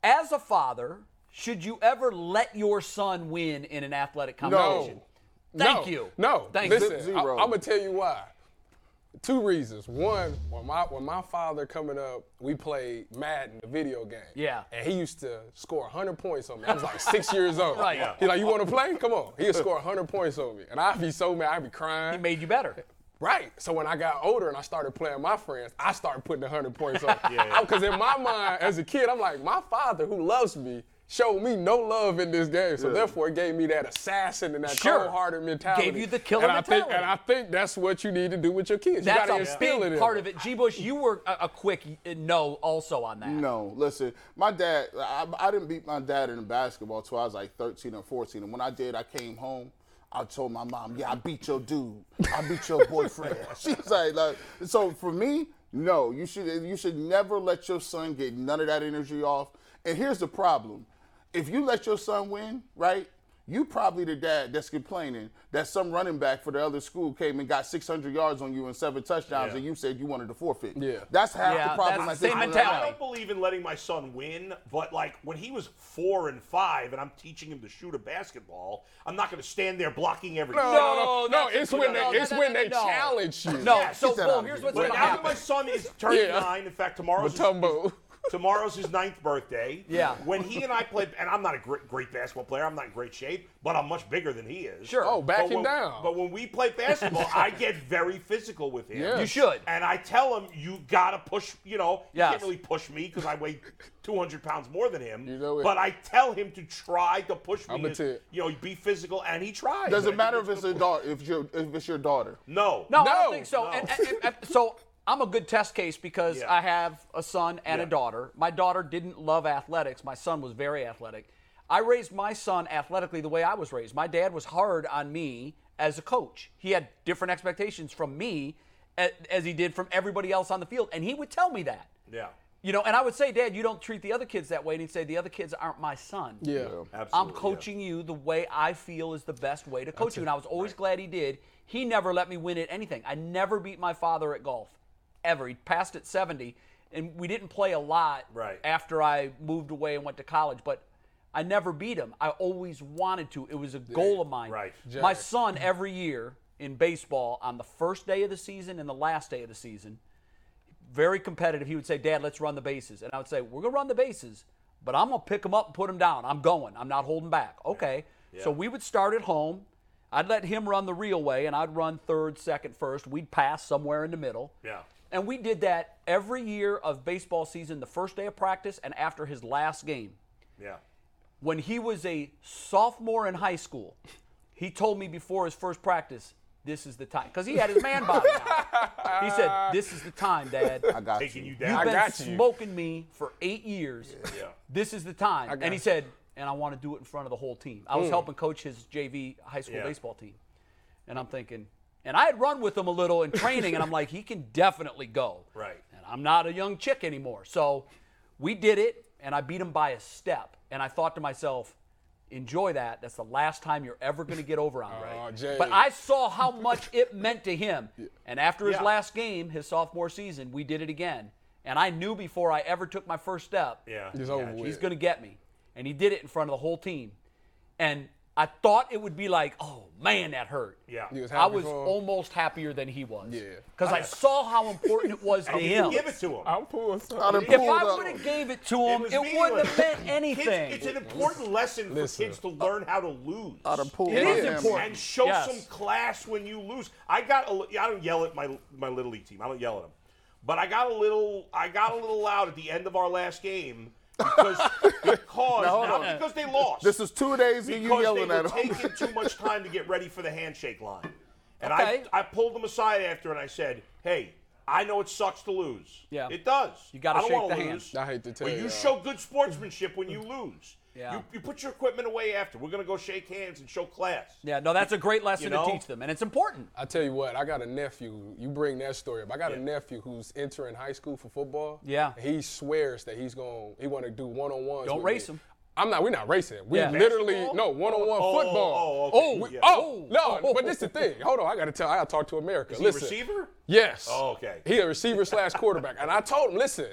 [SPEAKER 1] as a father, should you ever let your son win in an athletic competition?
[SPEAKER 4] No.
[SPEAKER 1] Thank
[SPEAKER 4] No.
[SPEAKER 1] you.
[SPEAKER 4] No.
[SPEAKER 1] Thank you.
[SPEAKER 4] Listen, I,
[SPEAKER 2] Zero.
[SPEAKER 4] am gonna tell you why. two reasons. One, when my when my father coming up, we played Madden, the video game.
[SPEAKER 1] Yeah.
[SPEAKER 4] And he used to score 100 points on me. I was like six years old.
[SPEAKER 1] Right. Yeah.
[SPEAKER 4] He like, you want to play? Come on. He'd score 100 points on me, and I'd be so mad. I'd be crying.
[SPEAKER 1] He made you better.
[SPEAKER 4] Right. So when I got older and I started playing my friends, I started putting 100 points on. yeah. Because in my mind, as a kid, I'm like, my father who loves me showed me no love in this game. So therefore, it gave me that assassin and that
[SPEAKER 1] Sure.
[SPEAKER 4] cold-hearted mentality.
[SPEAKER 1] Gave you the killer
[SPEAKER 4] and I think-
[SPEAKER 1] mentality.
[SPEAKER 4] and I think that's what you need to do with your kids. you
[SPEAKER 1] That's
[SPEAKER 4] got to
[SPEAKER 1] a
[SPEAKER 4] instill it
[SPEAKER 1] big
[SPEAKER 4] in
[SPEAKER 1] part of
[SPEAKER 4] them.
[SPEAKER 1] it. G. Bush, you were a, a quick uh, no also on that.
[SPEAKER 2] No, listen, my dad, I, I didn't beat my dad in basketball till I was like 13 or 14. And when I did, I came home. I told my mom, yeah, I beat your dude. I beat your boyfriend. She's like, like, so for me, no, you should you should never let your son get none of that energy off. And here's the problem. If you let your son win, right? You probably the dad that's complaining that some running back for the other school came and got 600 yards on you and seven touchdowns,
[SPEAKER 3] Yeah.
[SPEAKER 2] and you said you wanted to forfeit.
[SPEAKER 4] Yeah.
[SPEAKER 2] that's half
[SPEAKER 1] Yeah,
[SPEAKER 2] the problem.
[SPEAKER 1] that's
[SPEAKER 2] I
[SPEAKER 1] the
[SPEAKER 2] think
[SPEAKER 1] same
[SPEAKER 2] we're in
[SPEAKER 1] mentality.
[SPEAKER 3] I don't believe in letting my son win, but like when he was four and five and I'm teaching him to shoot a basketball, I'm not going to stand there blocking every
[SPEAKER 4] No,
[SPEAKER 3] shot.
[SPEAKER 4] no, no, no.
[SPEAKER 1] that's-
[SPEAKER 4] It's when they,
[SPEAKER 1] no, no,
[SPEAKER 4] it's
[SPEAKER 1] no,
[SPEAKER 4] when
[SPEAKER 1] no,
[SPEAKER 4] they
[SPEAKER 1] no.
[SPEAKER 4] challenge you.
[SPEAKER 1] No,
[SPEAKER 2] Yeah,
[SPEAKER 1] so
[SPEAKER 2] get that
[SPEAKER 1] Bull,
[SPEAKER 2] out of
[SPEAKER 1] here's
[SPEAKER 2] here.
[SPEAKER 1] what's
[SPEAKER 3] But
[SPEAKER 1] going to
[SPEAKER 3] now that my
[SPEAKER 1] happen.
[SPEAKER 3] son is turning
[SPEAKER 4] Yeah.
[SPEAKER 3] nine, in fact, tomorrow's his-
[SPEAKER 4] Matumbo.
[SPEAKER 3] tomorrow's his ninth birthday.
[SPEAKER 1] Yeah.
[SPEAKER 3] When he and I played, and I'm not a great, great basketball player, I'm not in great shape, but I'm much bigger than he is.
[SPEAKER 1] Sure.
[SPEAKER 4] Oh, back
[SPEAKER 3] but
[SPEAKER 4] him
[SPEAKER 3] when,
[SPEAKER 4] down.
[SPEAKER 3] But when we play basketball, I get very physical with him.
[SPEAKER 4] Yeah.
[SPEAKER 1] You should.
[SPEAKER 3] And I tell him, you gotta push. You know,
[SPEAKER 1] Yes.
[SPEAKER 3] you can't really push me because I weigh 200 pounds more than him.
[SPEAKER 4] You know it.
[SPEAKER 3] But I tell him to try to push me.
[SPEAKER 4] I'ma
[SPEAKER 3] as-
[SPEAKER 4] tell you.
[SPEAKER 3] you know, be physical, and he tries.
[SPEAKER 2] Does
[SPEAKER 3] And
[SPEAKER 2] it
[SPEAKER 3] I
[SPEAKER 2] matter if
[SPEAKER 3] think
[SPEAKER 2] it's a daughter? If your if it's your daughter?
[SPEAKER 3] no,
[SPEAKER 1] No, I don't
[SPEAKER 4] No.
[SPEAKER 1] think so. And, and- and- and- so I'm a good test case because
[SPEAKER 3] Yeah.
[SPEAKER 1] I have a son and a
[SPEAKER 3] Yeah.
[SPEAKER 1] daughter. My daughter didn't love athletics. My son was very athletic. I raised my son athletically the way I was raised. My dad was hard on me as a coach. He had different expectations from me a- as he did from everybody else on the field, and he would tell me that.
[SPEAKER 3] Yeah.
[SPEAKER 1] You know, and I would say, Dad, you don't treat the other kids that way, and he'd say, the other kids aren't my son.
[SPEAKER 4] Yeah.
[SPEAKER 3] Absolutely,
[SPEAKER 1] I'm
[SPEAKER 3] yeah.
[SPEAKER 1] coaching you the way I feel is the best way to coach you. And I was always glad he did. He never let me win at anything. I never beat my father at golf, ever. He passed at 70, and we didn't play a lot
[SPEAKER 3] Right.
[SPEAKER 1] after I moved away and went to college, but I never beat him. I always wanted to. It was a goal of mine.
[SPEAKER 3] Right.
[SPEAKER 1] My son, every year in baseball, on the first day of the season and the last day of the season, very competitive. He would say, Dad, let's run the bases. And I would say, We're going to run the bases, but I'm going to pick them up and put them down. I'm going. I'm not holding back. Okay. So we would start at home. I'd let him run the real way, and I'd run third, second, first. We'd pass somewhere in the middle.
[SPEAKER 3] Yeah.
[SPEAKER 1] And we did that every year of baseball season, the first day of practice and after his last game.
[SPEAKER 3] Yeah.
[SPEAKER 1] When he was a sophomore in high school, he told me before his first practice, this is the time. Because he had his man body on. He said, This is the time, Dad.
[SPEAKER 2] I got
[SPEAKER 3] Taking you
[SPEAKER 2] you.
[SPEAKER 3] down.
[SPEAKER 1] You've been
[SPEAKER 4] got you.
[SPEAKER 1] smoking me for eight years.
[SPEAKER 3] Yeah.
[SPEAKER 1] This is the time.
[SPEAKER 4] got
[SPEAKER 1] And he
[SPEAKER 4] you. Mm.
[SPEAKER 1] said, and I want to do it in front of the whole team. I was helping coach his JV high school
[SPEAKER 3] Yeah.
[SPEAKER 1] baseball team. And I'm thinking, and I had run with him a little in training, and I'm like, he can definitely go.
[SPEAKER 3] Right.
[SPEAKER 1] And I'm not a young chick anymore. So we did it, and I beat him by a step. And I thought to myself, enjoy that. That's the last time you're ever going to get over on me.
[SPEAKER 4] Aw, Jay.
[SPEAKER 1] But I saw how much it meant to him. And after his
[SPEAKER 3] Yeah.
[SPEAKER 1] last game, his sophomore season, we did it again. And I knew before I ever took my first step,
[SPEAKER 3] Yeah.
[SPEAKER 4] It's
[SPEAKER 3] Yeah.
[SPEAKER 4] over
[SPEAKER 1] he's
[SPEAKER 4] with.
[SPEAKER 1] going to get me. And he did it in front of the whole team. And I thought it would be like, oh man, that hurt.
[SPEAKER 3] Yeah.
[SPEAKER 4] He was
[SPEAKER 1] I
[SPEAKER 4] happy
[SPEAKER 1] was
[SPEAKER 4] for him.
[SPEAKER 1] almost happier than he was.
[SPEAKER 4] Yeah.
[SPEAKER 1] Because I saw how important it was to
[SPEAKER 3] And you
[SPEAKER 1] him.
[SPEAKER 3] give it to him.
[SPEAKER 4] I'm pulling something.
[SPEAKER 2] I done
[SPEAKER 1] if
[SPEAKER 2] pulled
[SPEAKER 1] I
[SPEAKER 2] up.
[SPEAKER 1] would have gave it to him,
[SPEAKER 3] was
[SPEAKER 1] it, wouldn't
[SPEAKER 3] meaningless.
[SPEAKER 1] have meant anything.
[SPEAKER 3] Kids, it's an important lesson
[SPEAKER 4] Listen.
[SPEAKER 3] for kids to learn how to lose.
[SPEAKER 2] I done pulled
[SPEAKER 1] It
[SPEAKER 2] up.
[SPEAKER 1] is important.
[SPEAKER 3] And show
[SPEAKER 1] Yes.
[SPEAKER 3] some class when you lose. I got a, li- I don't yell at my my little league team. I don't yell at them. But I got a little I got a little loud at the end of our last game because because
[SPEAKER 2] Now, hold
[SPEAKER 3] not
[SPEAKER 2] on.
[SPEAKER 3] because they lost.
[SPEAKER 2] This is two days of you
[SPEAKER 3] because
[SPEAKER 2] yelling
[SPEAKER 3] they were
[SPEAKER 2] at him.
[SPEAKER 3] taking too much time to get ready for the handshake line. And
[SPEAKER 1] Okay.
[SPEAKER 3] I I pulled them aside after and I said, "Hey, I know it sucks to lose.
[SPEAKER 1] Yeah.
[SPEAKER 3] It does. You
[SPEAKER 1] gotta
[SPEAKER 3] I don't
[SPEAKER 1] shake
[SPEAKER 3] wanna
[SPEAKER 1] the hand.
[SPEAKER 3] lose.
[SPEAKER 4] I hate to tell
[SPEAKER 3] But you
[SPEAKER 4] y'all.
[SPEAKER 3] show good sportsmanship when you lose.
[SPEAKER 1] Yeah.
[SPEAKER 3] You, you put your equipment away after. We're gonna go shake hands and show class.
[SPEAKER 1] yeah, no, that's a great lesson
[SPEAKER 3] know?
[SPEAKER 1] to teach them. And it's important.
[SPEAKER 4] I tell you what, I got a nephew. You bring that story up. I got a nephew who's entering high school for football.
[SPEAKER 1] Yeah.
[SPEAKER 4] And he swears that he's going. to He want to do one on ones.
[SPEAKER 1] Don't race him.
[SPEAKER 4] I'm not. We're not racing. him. We
[SPEAKER 1] Yeah.
[SPEAKER 4] literally
[SPEAKER 3] Basketball?
[SPEAKER 4] no one on one
[SPEAKER 3] Oh,
[SPEAKER 4] football.
[SPEAKER 3] oh, okay.
[SPEAKER 4] we-
[SPEAKER 3] Yeah.
[SPEAKER 4] oh, no.
[SPEAKER 1] Oh.
[SPEAKER 4] But this is the thing. Hold on. I got to tell. I got to talk to America.
[SPEAKER 3] Is he a
[SPEAKER 4] Listen.
[SPEAKER 3] receiver?
[SPEAKER 4] Yes.
[SPEAKER 3] Oh, okay.
[SPEAKER 4] He a receiver slash quarterback, and I told him, listen,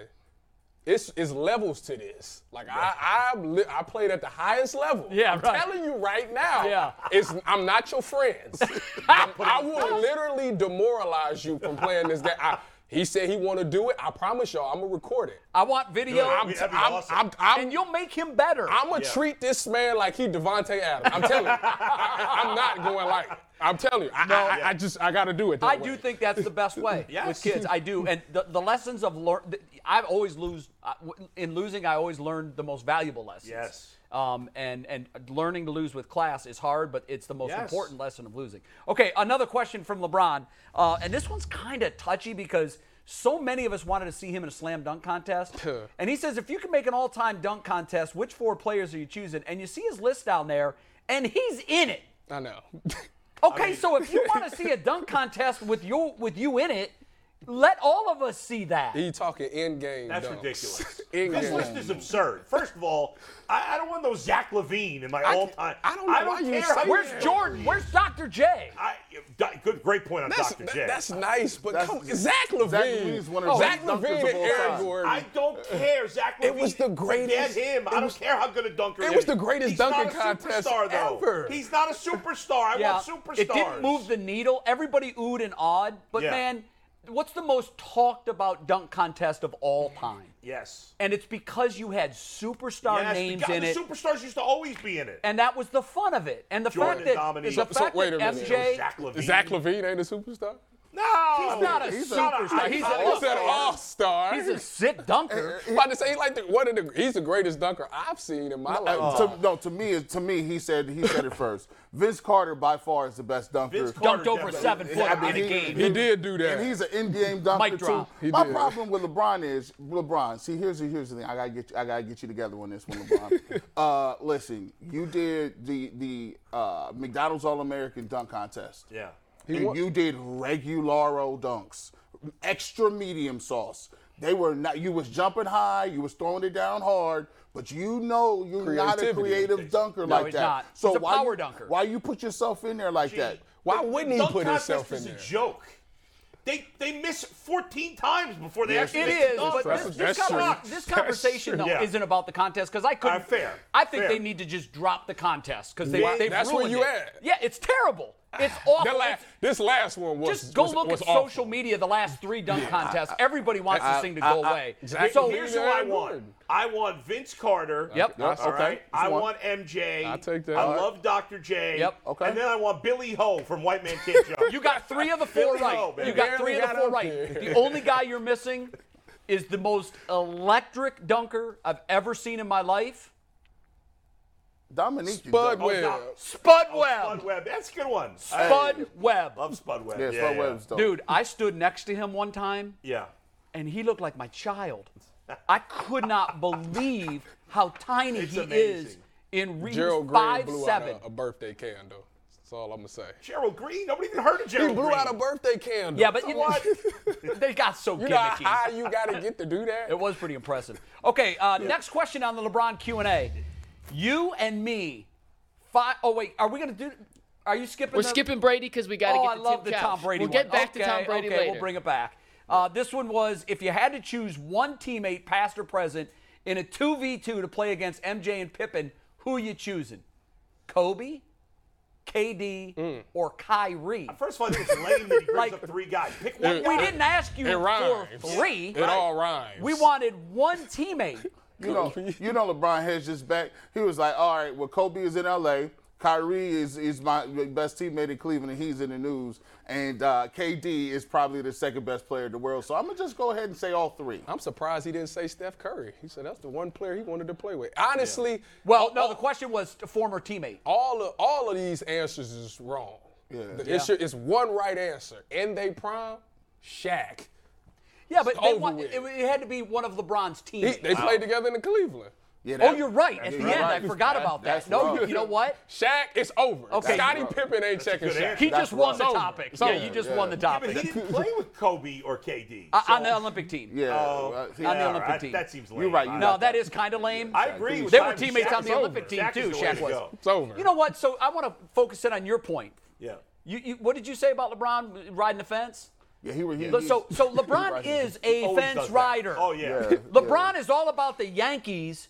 [SPEAKER 4] it's it's levels to this. Like I I, li- I played at the highest level.
[SPEAKER 1] Yeah,
[SPEAKER 4] I'm
[SPEAKER 1] right.
[SPEAKER 4] telling you right now.
[SPEAKER 1] Yeah.
[SPEAKER 4] it's I'm not your friends. I'm- I will literally demoralize you from playing this game. I, he said he want to do it. I promise y'all, I'm gonna record it.
[SPEAKER 1] I want video,
[SPEAKER 4] I'm,
[SPEAKER 3] that'd be
[SPEAKER 4] I'm,
[SPEAKER 3] awesome.
[SPEAKER 4] I'm, I'm,
[SPEAKER 1] and you'll make him better.
[SPEAKER 4] I'm gonna treat this man like he Devonte Adams. I'm telling you, I, am not going like. it. I'm telling you, I, I, I just I gotta do it. That
[SPEAKER 1] I
[SPEAKER 4] way.
[SPEAKER 1] do think that's the best way
[SPEAKER 3] Yes.
[SPEAKER 1] with kids. I do, and the, the lessons of learn. I always lose I- w- in losing. I always learn the most valuable lessons.
[SPEAKER 3] Yes.
[SPEAKER 1] Um, and and learning to lose with class is hard, but it's the most
[SPEAKER 3] Yes.
[SPEAKER 1] important lesson of losing. Okay, another question from LeBron, uh, and this one's kind of touchy because so many of us wanted to see him in a slam dunk contest, and he says if you can make an all-time dunk contest, which four players are you choosing? And you see his list down there, and he's in it.
[SPEAKER 4] I know.
[SPEAKER 1] Okay, so if you want to see a dunk contest with you with you in it, let all of us see that.
[SPEAKER 4] He talking end game.
[SPEAKER 3] That's
[SPEAKER 4] dunks.
[SPEAKER 3] ridiculous.
[SPEAKER 4] end
[SPEAKER 3] This
[SPEAKER 4] game.
[SPEAKER 3] list is absurd. First of all, I, I don't want no Zach Levine in my all time.
[SPEAKER 4] I don't know
[SPEAKER 3] I don't
[SPEAKER 4] why you
[SPEAKER 3] care.
[SPEAKER 4] say
[SPEAKER 3] how-
[SPEAKER 1] Where's Jordan? Where's Dr. J?
[SPEAKER 3] I, di- good, great point on
[SPEAKER 4] That's,
[SPEAKER 3] Dr.
[SPEAKER 4] that-
[SPEAKER 3] J.
[SPEAKER 4] that's nice, but
[SPEAKER 2] That's-
[SPEAKER 4] come, Zach Levine.
[SPEAKER 2] Zach Levine's one of the
[SPEAKER 4] Zach
[SPEAKER 2] best dunkers
[SPEAKER 4] Levine
[SPEAKER 2] of
[SPEAKER 4] and
[SPEAKER 2] all
[SPEAKER 4] Aaron
[SPEAKER 2] time.
[SPEAKER 4] Gordon.
[SPEAKER 3] I don't care, Zach
[SPEAKER 4] It
[SPEAKER 3] Levine.
[SPEAKER 4] was the greatest-
[SPEAKER 3] Forget him.
[SPEAKER 4] it
[SPEAKER 3] I don't
[SPEAKER 4] was-
[SPEAKER 3] care how good a dunker
[SPEAKER 4] it
[SPEAKER 3] is.
[SPEAKER 4] was the greatest
[SPEAKER 3] He's not
[SPEAKER 4] dunking
[SPEAKER 3] a
[SPEAKER 4] contest
[SPEAKER 3] superstar, though.
[SPEAKER 4] ever.
[SPEAKER 3] He's not a superstar. I want superstars.
[SPEAKER 1] it didn't move the needle. Everybody oohed and awed, but
[SPEAKER 3] Yeah.
[SPEAKER 1] man, what's the most talked about dunk contest of all time?
[SPEAKER 3] Yes.
[SPEAKER 1] And it's because you had superstar
[SPEAKER 3] Yes, the
[SPEAKER 1] names
[SPEAKER 3] guy-
[SPEAKER 1] in
[SPEAKER 3] the
[SPEAKER 1] it.
[SPEAKER 3] superstars used to always be in it.
[SPEAKER 1] and that was the fun of it. And the
[SPEAKER 3] Jordan
[SPEAKER 1] fact that
[SPEAKER 3] dominated.
[SPEAKER 1] the
[SPEAKER 3] So-
[SPEAKER 4] so
[SPEAKER 1] fact
[SPEAKER 4] wait a
[SPEAKER 1] that
[SPEAKER 4] minute.
[SPEAKER 1] MJ
[SPEAKER 3] Zach Levine.
[SPEAKER 4] Zach Levine ain't a superstar.
[SPEAKER 3] No.
[SPEAKER 1] He's not a
[SPEAKER 2] He's a-
[SPEAKER 1] superstar.
[SPEAKER 3] he's
[SPEAKER 1] He's,
[SPEAKER 3] an
[SPEAKER 1] an
[SPEAKER 4] He's an
[SPEAKER 1] all-star.
[SPEAKER 4] all star.
[SPEAKER 1] He's a sick
[SPEAKER 3] Uh,
[SPEAKER 1] dunker.
[SPEAKER 4] about to say he's like the, one of the. He's the greatest dunker I've seen in my life.
[SPEAKER 2] Uh, to, no, to me, it- to me, he said he said it first. Vince Carter by far is the best dunker.
[SPEAKER 3] Vince Carter.
[SPEAKER 1] Dunked over
[SPEAKER 3] definitely-
[SPEAKER 1] seven foot
[SPEAKER 2] I
[SPEAKER 1] in
[SPEAKER 2] mean,
[SPEAKER 1] a
[SPEAKER 2] he-
[SPEAKER 1] game.
[SPEAKER 4] he did do that.
[SPEAKER 2] And he's an in-game dunker
[SPEAKER 1] Mic
[SPEAKER 2] too.
[SPEAKER 1] drop.
[SPEAKER 4] He
[SPEAKER 2] My
[SPEAKER 4] did.
[SPEAKER 2] problem with LeBron is LeBron. See, here's the here's the thing. I gotta get you, I gotta get you together on this one, LeBron. uh, listen, you did the the uh, McDonald's All-American Dunk Contest.
[SPEAKER 3] Yeah.
[SPEAKER 2] And you did regularo dunks, extra medium sauce. They were not. You was jumping high. You was throwing it down hard. But you know you're not a
[SPEAKER 4] Creativity.
[SPEAKER 2] creative dunker
[SPEAKER 1] No,
[SPEAKER 2] like
[SPEAKER 1] he's
[SPEAKER 2] that.
[SPEAKER 1] not.
[SPEAKER 2] So
[SPEAKER 1] He's a
[SPEAKER 2] why
[SPEAKER 1] power
[SPEAKER 2] you,
[SPEAKER 1] dunker.
[SPEAKER 2] Why you put yourself in there like that?
[SPEAKER 4] Why wouldn't he
[SPEAKER 3] Dunk
[SPEAKER 4] put
[SPEAKER 3] contest
[SPEAKER 4] himself in
[SPEAKER 3] is
[SPEAKER 4] there?
[SPEAKER 3] a joke. They they miss 14 times before they actually
[SPEAKER 1] It
[SPEAKER 3] make
[SPEAKER 1] is,
[SPEAKER 3] the dunk.
[SPEAKER 1] but
[SPEAKER 4] That's-
[SPEAKER 1] this,
[SPEAKER 4] that's
[SPEAKER 1] this,
[SPEAKER 4] true.
[SPEAKER 1] conver- this conversation though
[SPEAKER 3] Yeah.
[SPEAKER 1] isn't about the contest because I couldn't.
[SPEAKER 3] Uh, fair.
[SPEAKER 1] I think
[SPEAKER 3] Fair.
[SPEAKER 1] they need to just drop the contest because they,
[SPEAKER 4] Why-
[SPEAKER 1] they've
[SPEAKER 4] that's where
[SPEAKER 1] ruined
[SPEAKER 4] you
[SPEAKER 1] it.
[SPEAKER 4] at.
[SPEAKER 1] Yeah, it's terrible. It's awful.
[SPEAKER 4] That la-
[SPEAKER 1] It's-
[SPEAKER 4] this last one was.
[SPEAKER 1] just go
[SPEAKER 4] was-
[SPEAKER 1] look
[SPEAKER 4] was
[SPEAKER 1] at
[SPEAKER 4] awful.
[SPEAKER 1] social media. The last three dunk contests, everybody wants this thing to go away.
[SPEAKER 4] Exactly.
[SPEAKER 1] So
[SPEAKER 3] Here's
[SPEAKER 4] Yeah,
[SPEAKER 3] who I
[SPEAKER 4] I
[SPEAKER 3] want.
[SPEAKER 4] would.
[SPEAKER 3] I want Vince Carter.
[SPEAKER 1] Yep.
[SPEAKER 4] That's-
[SPEAKER 3] All right.
[SPEAKER 4] okay.
[SPEAKER 3] I
[SPEAKER 4] That's one.
[SPEAKER 3] want MJ.
[SPEAKER 4] I'll take that.
[SPEAKER 3] I
[SPEAKER 4] All right.
[SPEAKER 3] love Dr. J.
[SPEAKER 1] Yep.
[SPEAKER 2] Okay.
[SPEAKER 3] And then I want Billy Ho from White Man Can't Jump.
[SPEAKER 1] you got three of the four
[SPEAKER 3] Billy Ho,
[SPEAKER 1] right.
[SPEAKER 3] baby.
[SPEAKER 1] you got
[SPEAKER 4] Barely
[SPEAKER 1] three of the
[SPEAKER 4] got
[SPEAKER 1] four
[SPEAKER 4] up
[SPEAKER 1] right.
[SPEAKER 4] there.
[SPEAKER 1] The only guy you're missing is the most electric dunker I've ever seen in my life.
[SPEAKER 2] Dominique, you
[SPEAKER 4] Bud
[SPEAKER 2] dunk.
[SPEAKER 1] Oh,
[SPEAKER 4] Webb.
[SPEAKER 1] Spud
[SPEAKER 3] Oh,
[SPEAKER 1] Webb.
[SPEAKER 3] Spud Webb. That's a good one. I
[SPEAKER 1] Spud Webb.
[SPEAKER 3] love Spud Webb.
[SPEAKER 2] Yeah,
[SPEAKER 3] yeah,
[SPEAKER 2] Spud
[SPEAKER 3] yeah.
[SPEAKER 2] Webb's dunk.
[SPEAKER 1] Dude, I stood next to him one time
[SPEAKER 3] Yeah.
[SPEAKER 1] and he looked like my child. I could not believe how tiny
[SPEAKER 3] It's
[SPEAKER 1] he is
[SPEAKER 3] amazing.
[SPEAKER 1] in re-
[SPEAKER 4] Gerald Green
[SPEAKER 1] five
[SPEAKER 4] blew
[SPEAKER 1] seven.
[SPEAKER 4] out a, a birthday candle. That's all I'm gonna say.
[SPEAKER 3] Gerald Green. Nobody even heard of Gerald
[SPEAKER 4] He blew
[SPEAKER 3] Green.
[SPEAKER 4] out a birthday candle.
[SPEAKER 1] yeah, but
[SPEAKER 4] So
[SPEAKER 1] you know
[SPEAKER 4] what?
[SPEAKER 1] what? they got so
[SPEAKER 4] You know
[SPEAKER 1] gimmicky.
[SPEAKER 4] how high you gotta get to do that?
[SPEAKER 1] It was pretty impressive. Okay, uh, next question on the LeBron Q and A. You and me. Five. Oh wait, are we gonna do? Are you skipping?
[SPEAKER 5] We're
[SPEAKER 1] the-
[SPEAKER 5] skipping Brady because we got to
[SPEAKER 1] Oh,
[SPEAKER 5] get
[SPEAKER 1] I
[SPEAKER 5] to
[SPEAKER 1] love
[SPEAKER 5] Tim
[SPEAKER 1] the
[SPEAKER 5] Couch.
[SPEAKER 1] Tom Brady.
[SPEAKER 5] We'll get
[SPEAKER 1] one.
[SPEAKER 5] back to
[SPEAKER 1] Okay,
[SPEAKER 5] Tom Brady
[SPEAKER 1] okay,
[SPEAKER 5] later.
[SPEAKER 1] we'll bring it back. Uh, this one was if you had to choose one teammate, past or present, in a two v two to play against MJ and Pippen, who are you choosing? Kobe, KD, or Kyrie?
[SPEAKER 3] First of all, I think it's lame that he brings
[SPEAKER 1] Like-
[SPEAKER 3] up three guys. Pick one
[SPEAKER 1] We
[SPEAKER 3] guy.
[SPEAKER 1] didn't ask you
[SPEAKER 4] It
[SPEAKER 1] for
[SPEAKER 4] rhymes.
[SPEAKER 1] three.
[SPEAKER 4] It all rhymes.
[SPEAKER 1] We wanted one teammate.
[SPEAKER 2] You know, you know LeBron hedged his back. He was like, all right, well, Kobe is in L.A. Kyrie is, is my best teammate in Cleveland, and he's in the news. And uh, KD is probably the second best player in the world. So I'm going to just go ahead and say all three.
[SPEAKER 4] I'm surprised he didn't say Steph Curry. He said that's the one player he wanted to play with. Honestly,
[SPEAKER 1] Well,
[SPEAKER 4] all-
[SPEAKER 1] Oh, no, the question was a former teammate.
[SPEAKER 4] all of all of these answers is wrong. Yeah. It's, it's one right answer. In they prime, Shaq.
[SPEAKER 1] Yeah, but they
[SPEAKER 4] over
[SPEAKER 1] want,
[SPEAKER 4] with.
[SPEAKER 1] it, it had to be one of LeBron's
[SPEAKER 4] He,
[SPEAKER 1] teammates.
[SPEAKER 4] they played together in Cleveland.
[SPEAKER 2] Yeah,
[SPEAKER 1] oh,
[SPEAKER 2] that-
[SPEAKER 1] you're right. At the
[SPEAKER 2] right.
[SPEAKER 1] end, I forgot
[SPEAKER 2] That-
[SPEAKER 1] about
[SPEAKER 2] that's
[SPEAKER 1] that. No,
[SPEAKER 2] wrong.
[SPEAKER 1] you, you know what?
[SPEAKER 4] Shaq, it's over.
[SPEAKER 1] Okay.
[SPEAKER 4] Scottie Pippen ain't checking
[SPEAKER 3] good
[SPEAKER 4] Shaq.
[SPEAKER 3] answer.
[SPEAKER 1] He
[SPEAKER 2] That's
[SPEAKER 1] just won
[SPEAKER 2] wrong.
[SPEAKER 1] the
[SPEAKER 4] It's over.
[SPEAKER 1] topic.
[SPEAKER 4] It's
[SPEAKER 1] yeah,
[SPEAKER 4] over.
[SPEAKER 1] you just
[SPEAKER 2] Yeah.
[SPEAKER 1] won the
[SPEAKER 3] Yeah, but
[SPEAKER 1] topic.
[SPEAKER 3] he didn't play with Kobe or KD.
[SPEAKER 1] Uh, on
[SPEAKER 3] so-
[SPEAKER 1] the Olympic team.
[SPEAKER 2] Yeah.
[SPEAKER 3] Oh,
[SPEAKER 2] uh, he-
[SPEAKER 1] on the
[SPEAKER 3] yeah,
[SPEAKER 1] Olympic
[SPEAKER 3] I-
[SPEAKER 1] team.
[SPEAKER 3] That seems lame.
[SPEAKER 2] You're right,
[SPEAKER 3] I-
[SPEAKER 2] you
[SPEAKER 1] No,
[SPEAKER 2] got
[SPEAKER 1] that is kind of lame.
[SPEAKER 3] I agree. with
[SPEAKER 1] They were
[SPEAKER 3] Shaq.
[SPEAKER 1] teammates
[SPEAKER 3] Shaq
[SPEAKER 1] on the
[SPEAKER 3] is
[SPEAKER 1] Olympic
[SPEAKER 3] over.
[SPEAKER 1] team,
[SPEAKER 3] Shaq
[SPEAKER 1] too,
[SPEAKER 3] is the way
[SPEAKER 1] Shaq
[SPEAKER 3] to
[SPEAKER 1] was.
[SPEAKER 3] go.
[SPEAKER 4] It's over.
[SPEAKER 1] You know what? So I want to focus in on your point.
[SPEAKER 3] Yeah.
[SPEAKER 1] You, you, what did you say about LeBron riding the fence?
[SPEAKER 2] Yeah, he was. He,
[SPEAKER 1] Le- So,
[SPEAKER 2] he's-
[SPEAKER 1] so
[SPEAKER 2] he was
[SPEAKER 1] LeBron
[SPEAKER 2] right.
[SPEAKER 1] is a
[SPEAKER 3] Always does
[SPEAKER 1] fence
[SPEAKER 3] that.
[SPEAKER 1] rider.
[SPEAKER 3] Oh yeah.
[SPEAKER 2] Yeah.
[SPEAKER 1] LeBron is all about the Yankees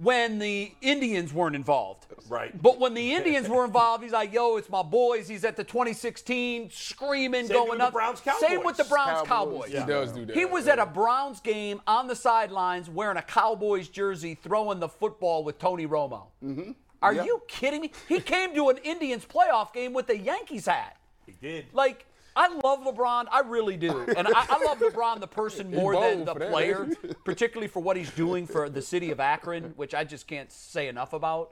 [SPEAKER 1] when the Indians weren't involved.
[SPEAKER 3] Right.
[SPEAKER 1] But when the Indians were involved, he's like, "Yo, it's my boys." He's at the 2016 screaming,
[SPEAKER 3] Same
[SPEAKER 1] going
[SPEAKER 3] with the
[SPEAKER 1] up.
[SPEAKER 3] Browns
[SPEAKER 1] Same
[SPEAKER 3] Cowboys.
[SPEAKER 1] with the Browns Cowboys.
[SPEAKER 4] Cowboys. He does do that.
[SPEAKER 1] He was at a Browns game on the sidelines wearing a Cowboys jersey, throwing the football with Tony Romo. Mm-hmm. Are
[SPEAKER 2] Yeah.
[SPEAKER 1] you kidding me? He came to an Indians playoff game with a Yankees hat.
[SPEAKER 3] He did.
[SPEAKER 1] Like, I love LeBron. I really do. And I, I love LeBron, the person, more than
[SPEAKER 4] bold
[SPEAKER 1] the
[SPEAKER 4] for that,
[SPEAKER 1] player,
[SPEAKER 4] ain't
[SPEAKER 1] particularly for what he's doing for the city of Akron, which I just can't say enough about.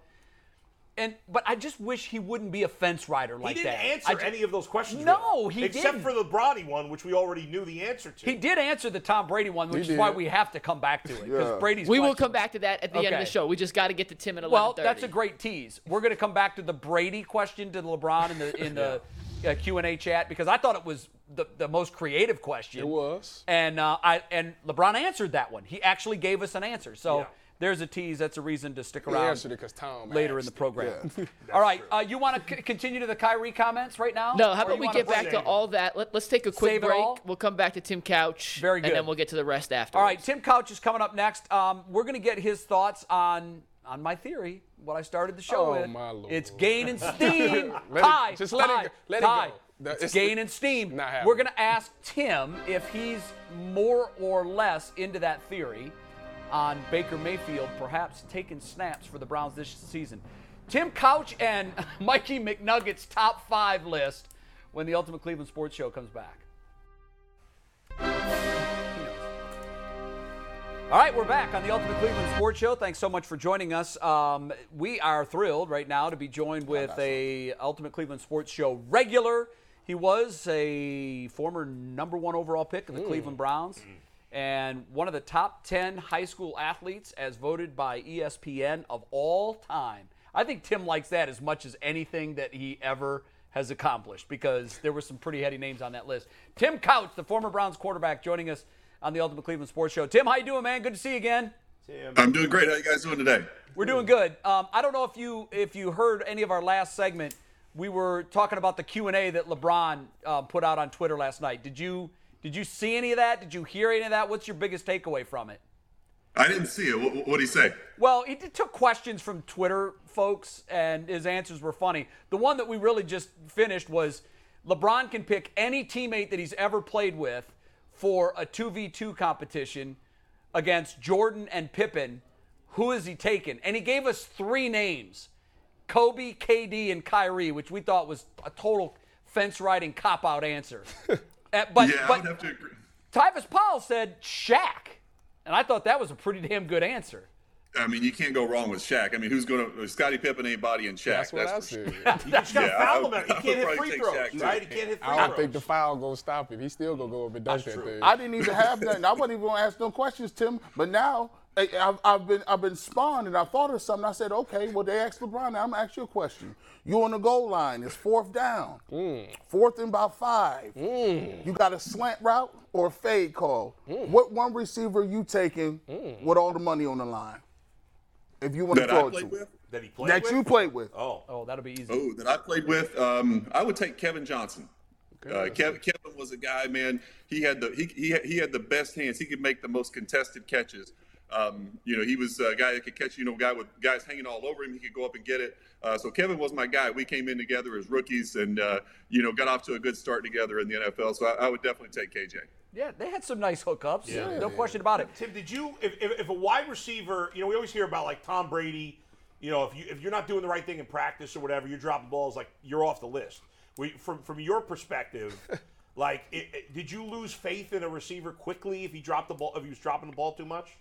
[SPEAKER 1] And but I just wish he wouldn't be a fence rider
[SPEAKER 3] He
[SPEAKER 1] like
[SPEAKER 3] didn't
[SPEAKER 1] that.
[SPEAKER 3] answer
[SPEAKER 1] I ju-
[SPEAKER 3] any of those questions.
[SPEAKER 1] No,
[SPEAKER 3] really.
[SPEAKER 1] he
[SPEAKER 3] except
[SPEAKER 1] didn't.
[SPEAKER 3] for the Brody one, which we already knew the answer to.
[SPEAKER 1] He did answer the Tom Brady one, which is
[SPEAKER 4] did.
[SPEAKER 1] why we have to come back to it because
[SPEAKER 2] Yeah.
[SPEAKER 1] Brady's.
[SPEAKER 5] We will
[SPEAKER 1] question
[SPEAKER 5] come back to that at the end of
[SPEAKER 1] Okay.
[SPEAKER 5] the show. We just got to get to Tim at 11:30.
[SPEAKER 1] Well, that's a great tease. We're going to come back to the Brady question to LeBron in the in the uh, Q and A chat because I thought it was the, the most creative question.
[SPEAKER 4] It was.
[SPEAKER 1] and uh, I and LeBron answered that one. He actually gave us an answer. So
[SPEAKER 3] Yeah.
[SPEAKER 1] there's a tease. That's a reason to stick
[SPEAKER 4] He
[SPEAKER 1] around.
[SPEAKER 4] answered it because Tom
[SPEAKER 1] later in the
[SPEAKER 4] asked it.
[SPEAKER 1] program. All right, uh, you want to c- continue to the Kyrie comments right now?
[SPEAKER 5] No, how
[SPEAKER 1] Or
[SPEAKER 5] about
[SPEAKER 1] you
[SPEAKER 5] we
[SPEAKER 1] wanna
[SPEAKER 5] get
[SPEAKER 1] break?
[SPEAKER 5] back to all that? Let, us take a quick
[SPEAKER 1] Save it
[SPEAKER 5] break.
[SPEAKER 1] all?
[SPEAKER 5] We'll come back to Tim Couch.
[SPEAKER 1] Very good.
[SPEAKER 5] And then we'll get to the rest after.
[SPEAKER 1] All right, Tim Couch is coming up next. Um, we're going to get his thoughts on on my theory, what I started the show
[SPEAKER 4] Oh,
[SPEAKER 1] with.
[SPEAKER 4] my Lord.
[SPEAKER 1] It's gain and steam.
[SPEAKER 4] Let it-
[SPEAKER 1] tie,
[SPEAKER 4] just let it
[SPEAKER 1] tie,
[SPEAKER 4] go- let it
[SPEAKER 1] tie.
[SPEAKER 4] go. That-
[SPEAKER 1] it's
[SPEAKER 4] it's-
[SPEAKER 1] gain and steam.
[SPEAKER 4] Not happening.
[SPEAKER 1] We're going to ask Tim if he's more or less into that theory on Baker Mayfield perhaps taking snaps for the Browns this season. Tim Couch and Mikey McNugget's top five list when the Ultimate Cleveland Sports Show comes back. All right, we're back on the Ultimate Cleveland Sports Show. Thanks so much for joining us. Um, we are thrilled right now to be joined with a Ultimate Cleveland Sports Show regular. He was a former number one overall pick of the Cleveland Browns and one of the top 10 high school athletes as voted by E ESPN of all time. I think Tim likes that as much as anything that he ever has accomplished because there were some pretty heady names on that list. Tim Couch, the former Browns quarterback, joining us on the Ultimate Cleveland Sports Show. Tim, how you doing, man? Good to see you again.
[SPEAKER 6] I'm doing great. How you guys doing today?
[SPEAKER 1] We're doing good. Um, I don't know if you if you heard any of our last segment. We were talking about the Q and A that LeBron uh, put out on Twitter last night. Did you did you see any of that? Did you hear any of that? What's your biggest takeaway from it?
[SPEAKER 6] I didn't see it. What what do you say?
[SPEAKER 1] Well, he did- took questions from Twitter folks, and his answers were funny. The one that we really just finished was LeBron can pick any teammate that he's ever played with for a 2v2 competition against Jordan and Pippen. Who is he taking? And he gave us three names Kobe, KD, and Kyrie, which we thought was a total fence riding cop out answer. Uh, but,
[SPEAKER 6] Yeah, I would
[SPEAKER 1] but
[SPEAKER 6] have to agree.
[SPEAKER 1] Tyvis Powell said Shaq. And I thought that was a pretty damn good answer.
[SPEAKER 6] I mean, you can't go wrong with Shaq. I mean, who's going to Scottie Pippen, anybody, and Shaq?
[SPEAKER 4] That's what I
[SPEAKER 6] for sure.
[SPEAKER 4] said.
[SPEAKER 3] You just gotta
[SPEAKER 6] Yeah, I
[SPEAKER 3] foul
[SPEAKER 6] would-
[SPEAKER 3] him out. He
[SPEAKER 6] I
[SPEAKER 3] can't
[SPEAKER 6] would
[SPEAKER 3] hit
[SPEAKER 6] probably
[SPEAKER 3] free
[SPEAKER 6] take
[SPEAKER 3] throws,
[SPEAKER 6] Shaq, too.
[SPEAKER 3] right? He can't hit free
[SPEAKER 4] I don't
[SPEAKER 3] throws.
[SPEAKER 4] think the foul gonna stop him. He's still gonna go up and dunk
[SPEAKER 3] That's
[SPEAKER 4] that
[SPEAKER 3] true.
[SPEAKER 4] thing.
[SPEAKER 2] I didn't even have nothing. I wasn't even gonna ask no questions, Tim. But now I, I've, I've been I've been spawned, and I thought of something. I said, okay, well they asked LeBron. Now I'm gonna ask you a question. You on the goal line? It's fourth down,
[SPEAKER 1] Mm.
[SPEAKER 2] fourth and about five. You got a slant route or a fade call?
[SPEAKER 1] Mm.
[SPEAKER 2] What one receiver you taking with all the money on the line? If you want to
[SPEAKER 6] That I
[SPEAKER 2] throw it
[SPEAKER 6] played
[SPEAKER 2] to
[SPEAKER 6] with.
[SPEAKER 3] that he played
[SPEAKER 2] that
[SPEAKER 3] with?
[SPEAKER 2] you played with.
[SPEAKER 3] Oh,
[SPEAKER 1] Oh, that'll be easy.
[SPEAKER 6] Oh, that I played with. Um, I would take Kevin Johnson. Uh, Kev, Kevin was a guy, man. He had the he, he he had the best hands. He could make the most contested catches. Um, you know, he was a guy that could catch. You know, guy with guys hanging all over him. He could go up and get it. Uh, so Kevin was my guy. We came in together as rookies, and uh, you know, got off to a good start together in the NFL. So I, I would definitely take KJ.
[SPEAKER 1] Yeah, they had some nice hookups. No question about it.
[SPEAKER 3] Tim, did you if, if, if a wide receiver, you know, we always hear about like Tom Brady, you know, if you if you're not doing the right thing in practice or whatever, you're dropping balls, like you're off the list. We, from from your perspective, like it, it- did you lose faith in a receiver quickly if he dropped the ball if he was dropping the ball too much,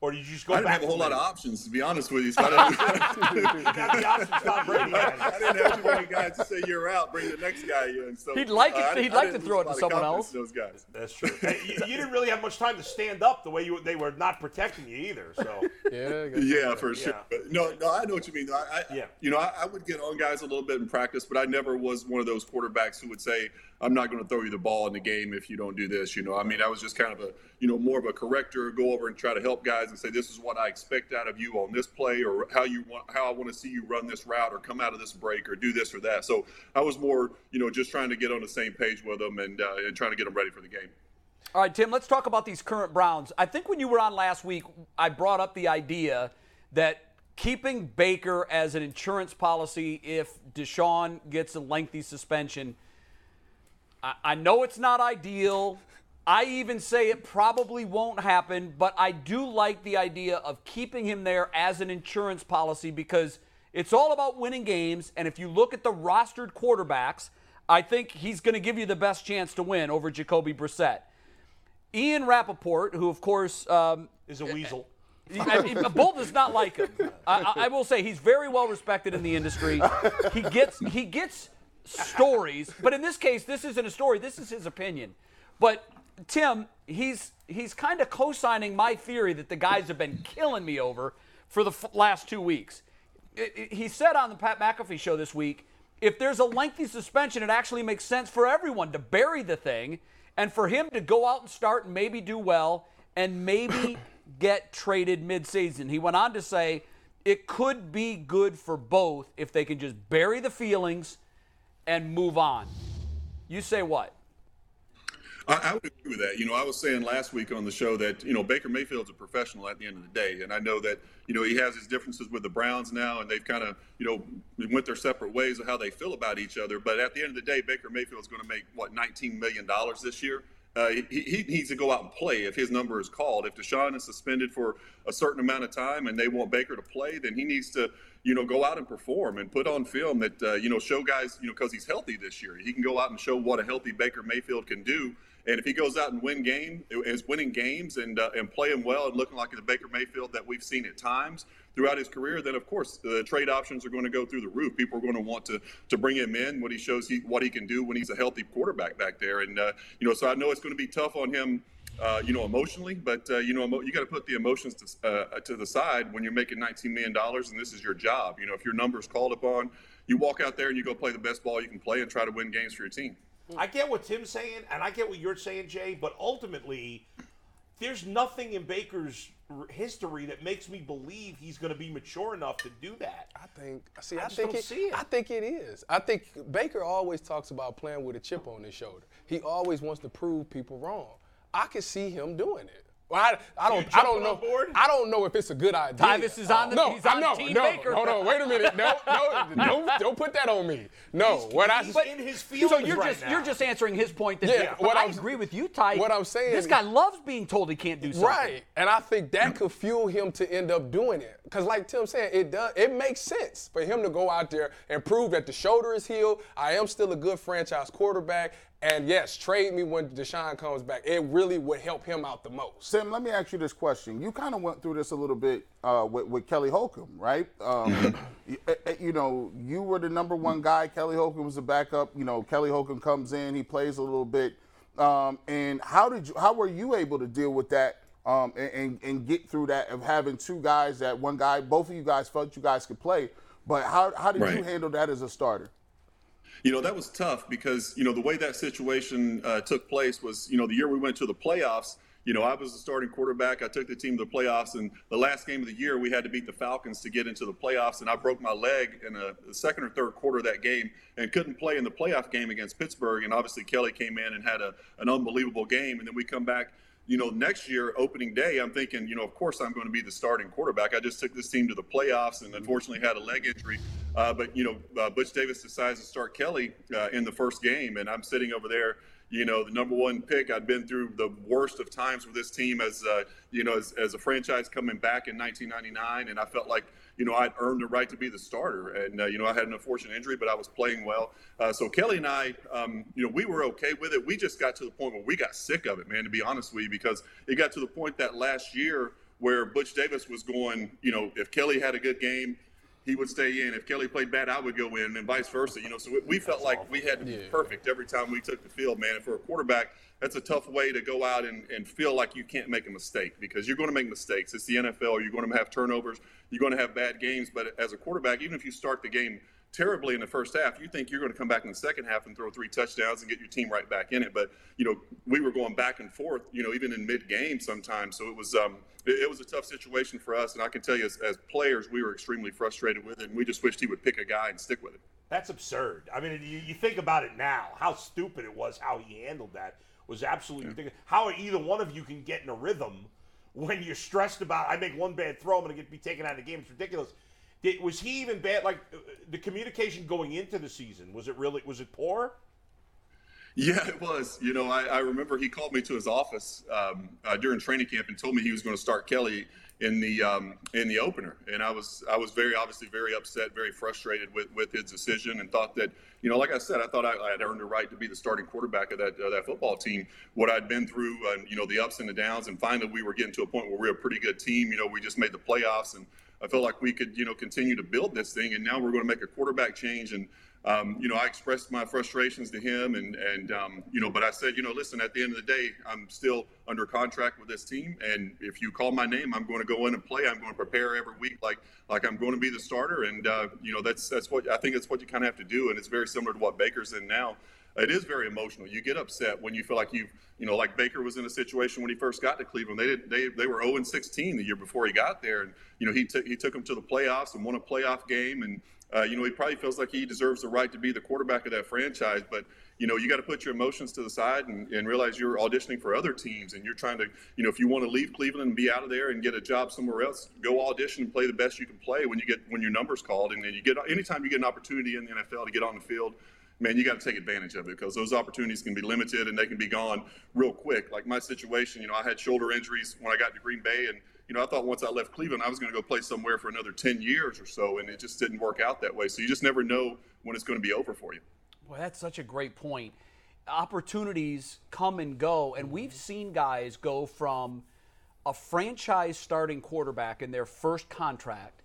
[SPEAKER 3] or did you just go
[SPEAKER 6] I didn't
[SPEAKER 3] back?
[SPEAKER 6] have a
[SPEAKER 3] to
[SPEAKER 6] whole lot of
[SPEAKER 3] him?
[SPEAKER 6] options, to be honest with you. So I didn't-
[SPEAKER 3] You got the options Tom Brady had.
[SPEAKER 6] I didn't have too many guys to say you're out. Bring the next guy in. So uh,
[SPEAKER 1] He'd like it-
[SPEAKER 6] I didn't-
[SPEAKER 1] he'd
[SPEAKER 6] I
[SPEAKER 1] like to
[SPEAKER 6] didn't
[SPEAKER 1] throw
[SPEAKER 6] lose
[SPEAKER 1] it to
[SPEAKER 6] a lot of
[SPEAKER 1] someone
[SPEAKER 6] confidence
[SPEAKER 1] else.
[SPEAKER 6] in Those guys.
[SPEAKER 3] That's true. Hey, you, you didn't really have much time to stand up the way you they were not protecting you either. So
[SPEAKER 4] Yeah,
[SPEAKER 6] Yeah, for sure.
[SPEAKER 3] Yeah.
[SPEAKER 6] But no, no, I know what you mean. I, I
[SPEAKER 3] Yeah.
[SPEAKER 6] you know, I, I would get on guys a little bit in practice, but I never was one of those quarterbacks who would say, "I'm not going to throw you the ball in the game if you don't do this." You know, I mean, I was just kind of a, you know, more of a corrector, go over and try to help guys guys and say, "This is what I expect out of you on this play, or how you want, how I want to see you run this route, or come out of this break, or do this or that." So I was more, you know, just trying to get on the same page with them and uh, and trying to get them ready for the game.
[SPEAKER 1] All right, Tim, let's talk about these current Browns. I think when you were on last week, I brought up the idea that keeping Baker as an insurance policy if Deshaun gets a lengthy suspension. I, I know it's not ideal. I even say it probably won't happen, but I do like the idea of keeping him there as an insurance policy because it's all about winning games. And if you look at the rostered quarterbacks, I think he's going to give you the best chance to win over Jacoby Brissett. Ian Rappaport, who, of course, um,
[SPEAKER 3] Is a weasel.
[SPEAKER 1] I mean, Bull does not like him. I, I, I will say he's very well respected in the industry. He gets he gets stories, but in this case, this isn't a story. This is his opinion. But Tim, he's he's kind of co-signing my theory that the guys have been killing me over for the f- last two weeks. I- I- he said on the Pat McAfee show this week, if there's a lengthy suspension, it actually makes sense for everyone to bury the thing and for him to go out and start and maybe do well and maybe get traded midseason. He went on to say it could be good for both if they can just bury the feelings and move on. You say what?
[SPEAKER 6] I, I would agree with that. You know, I was saying last week on the show that you know Baker Mayfield's a professional at the end of the day, and I know that you know he has his differences with the Browns now, and they've kind of you know went their separate ways of how they feel about each other. But at the end of the day, Baker Mayfield's going to make what 19 million dollars this year. Uh, he, he needs to go out and play if his number is called. If Deshaun is suspended for a certain amount of time and they want Baker to play, then he needs to, you know, go out and perform and put on film that, uh, you know, show guys, you know, because he's healthy this year. He can go out and show what a healthy Baker Mayfield can do. And if he goes out and win game, is winning games and uh, and playing well and looking like the Baker Mayfield that we've seen at times throughout his career, then of course the trade options are going to go through the roof. People are going to want to to bring him in what he shows he what he can do when he's a healthy quarterback back there. And uh, you know, so I know it's going to be tough on him. Uh, you know, emotionally, but uh, you know, emo- you got to put the emotions to, uh, to the side when you're making 19 million dollars, and this is your job. You know, if your number is called upon, you walk out there and you go play the best ball you can play and try to win games for your team.
[SPEAKER 3] I get what Tim's saying, and I get what you're saying, Jay. But ultimately, there's nothing in Baker's r- history that makes me believe he's going to be mature enough to do that.
[SPEAKER 4] I think. See,
[SPEAKER 3] I
[SPEAKER 4] I,
[SPEAKER 3] just
[SPEAKER 4] think
[SPEAKER 3] don't
[SPEAKER 4] it,
[SPEAKER 3] see it.
[SPEAKER 4] I think it is. I think Baker always talks about playing with a chip on his shoulder. He always wants to prove people wrong. I can see him doing it. Well, I, I don't. I don't
[SPEAKER 3] jumping
[SPEAKER 4] know.
[SPEAKER 3] on board?
[SPEAKER 4] I don't know if it's a good idea.
[SPEAKER 1] Tyvus is on the-
[SPEAKER 4] No,
[SPEAKER 1] he's
[SPEAKER 4] I
[SPEAKER 1] on
[SPEAKER 4] know.
[SPEAKER 1] Team
[SPEAKER 4] no,
[SPEAKER 1] Baker.
[SPEAKER 4] hold on. Wait a minute. No, no, don't, don't put that on me. No, what I.
[SPEAKER 3] he's
[SPEAKER 4] but-
[SPEAKER 3] in his feelings
[SPEAKER 1] So you're
[SPEAKER 3] right
[SPEAKER 1] just
[SPEAKER 3] now.
[SPEAKER 1] you're just answering his point that
[SPEAKER 4] Yeah,
[SPEAKER 1] yeah,
[SPEAKER 4] what
[SPEAKER 1] I
[SPEAKER 4] I'm-
[SPEAKER 1] agree with you, Ty.
[SPEAKER 4] what I'm saying
[SPEAKER 1] This
[SPEAKER 4] is-
[SPEAKER 1] guy loves being told he can't do something.
[SPEAKER 4] Right, and I think that could fuel him to end up doing it. Cause like Tim said, it does. It makes sense for him to go out there and prove that the shoulder is healed. I am still a good franchise quarterback, and yes, trade me when Deshaun comes back. It really would help him out the most.
[SPEAKER 2] Tim, let me ask you this question. You kind of went through this a little bit uh, with, with Kelly Holcomb, right? Um, you, eh, eh, you know, you were the number one guy. Kelly Holcomb was the backup. You know, Kelly Holcomb comes in, he plays a little bit. Um, and how did you? How were you able to deal with that um, and, and and get through that of having two guys that one guy, both of you guys felt you guys could play, but how how did you
[SPEAKER 6] Right.
[SPEAKER 2] handle that as a starter?
[SPEAKER 6] You know, that was tough because, you know, the way that situation uh, took place was, you know, the year we went to the playoffs, you know, I was the starting quarterback. I took the team to the playoffs. And the last game of the year, we had to beat the Falcons to get into the playoffs. And I broke my leg in a, the second or third quarter of that game and couldn't play in the playoff game against Pittsburgh. And obviously, Kelly came in and had a, an unbelievable game. And then we come back you know, next year, opening day, I'm thinking, you know, of course I'm going to be the starting quarterback. I just took this team to the playoffs and unfortunately had a leg injury. Uh, but, you know, uh, Butch Davis decides to start Kelly uh, in the first game. And I'm sitting over there, you know, the number one pick. I'd been through the worst of times with this team as, uh, you know, as, as a franchise coming back in 1999. And I felt like, you know, I'd earned the right to be the starter. And, uh, you know, I had an unfortunate injury, but I was playing well. Uh, so Kelly and I, um, you know, we were okay with it. We just got to the point where we got sick of it, man, to be honest with you, because it got to the point that last year where Butch Davis was going, you know, if Kelly had a good game, he would stay in. If Kelly played bad, I would go in, and vice versa. You know, so we, we felt like we had to be perfect every time we took the field, man. And for a quarterback, that's a tough way to go out and, and feel like you can't make a mistake because you're going to make mistakes. It's the NFL. You're going to have turnovers. you're going to have bad games. But as a quarterback, even if you start the game terribly in the first half, you think you're going to come back in the second half and throw three touchdowns and get your team right back in it. But you know, we were going back and forth, you know, even in mid-game sometimes. So it was um, it, it was a tough situation for us, and I can tell you, as, as players, we were extremely frustrated with it, and we just wished he would pick a guy and stick with it.
[SPEAKER 3] That's absurd. I mean, you, you think about it now, how stupid it was, how he handled that was absolutely ridiculous. How either one of you can get in a rhythm when you're stressed about, I make one bad throw, I'm going to get be taken out of the game. It's ridiculous. Did, was he even bad? Like uh, the communication going into the season, was it really, was it poor?
[SPEAKER 6] Yeah, it was. You know, I, I remember he called me to his office um, uh, during training camp and told me he was going to start Kelly in the um, in the opener, and I was I was very obviously very upset, very frustrated with, with his decision, and thought that you know, like I said, I thought I, I had earned the right to be the starting quarterback of that of that football team. What I'd been through, and you know, the ups and the downs, and finally we were getting to a point where we we're a pretty good team. You know, we just made the playoffs, and I felt like we could you know continue to build this thing, and now we're going to make a quarterback change and um, you know, I expressed my frustrations to him, and and um, you know, but I said, you know, listen, at the end of the day, I'm still under contract with this team, and if you call my name, I'm going to go in and play. I'm going to prepare every week, like like I'm going to be the starter, and uh, you know, that's that's what I think that's what you kind of have to do, and it's very similar to what Baker's in now. It is very emotional. You get upset when you feel like you've, you know, like Baker was in a situation when he first got to Cleveland. They did, they they were 0 and 16 the year before he got there, and you know he took he took them to the playoffs and won a playoff game, and uh, you know, he probably feels like he deserves the right to be the quarterback of that franchise. But, you know, you got to put your emotions to the side and, and realize you're auditioning for other teams and you're trying to, you know, if you want to leave Cleveland and be out of there and get a job somewhere else, go audition and play the best you can play when you get when your number's called. And then you get anytime you get an opportunity in the NFL to get on the field, man, you got to take advantage of it because those opportunities can be limited and they can be gone real quick. Like my situation, you know, I had shoulder injuries when I got to Green Bay, and you know, I thought once I left Cleveland, I was going to go play somewhere for another ten years or so, and it just didn't work out that way. So you just never know when it's going to be over for you.
[SPEAKER 1] Well, that's such a great point. Opportunities come and go, and we've seen guys go from a franchise starting quarterback in their first contract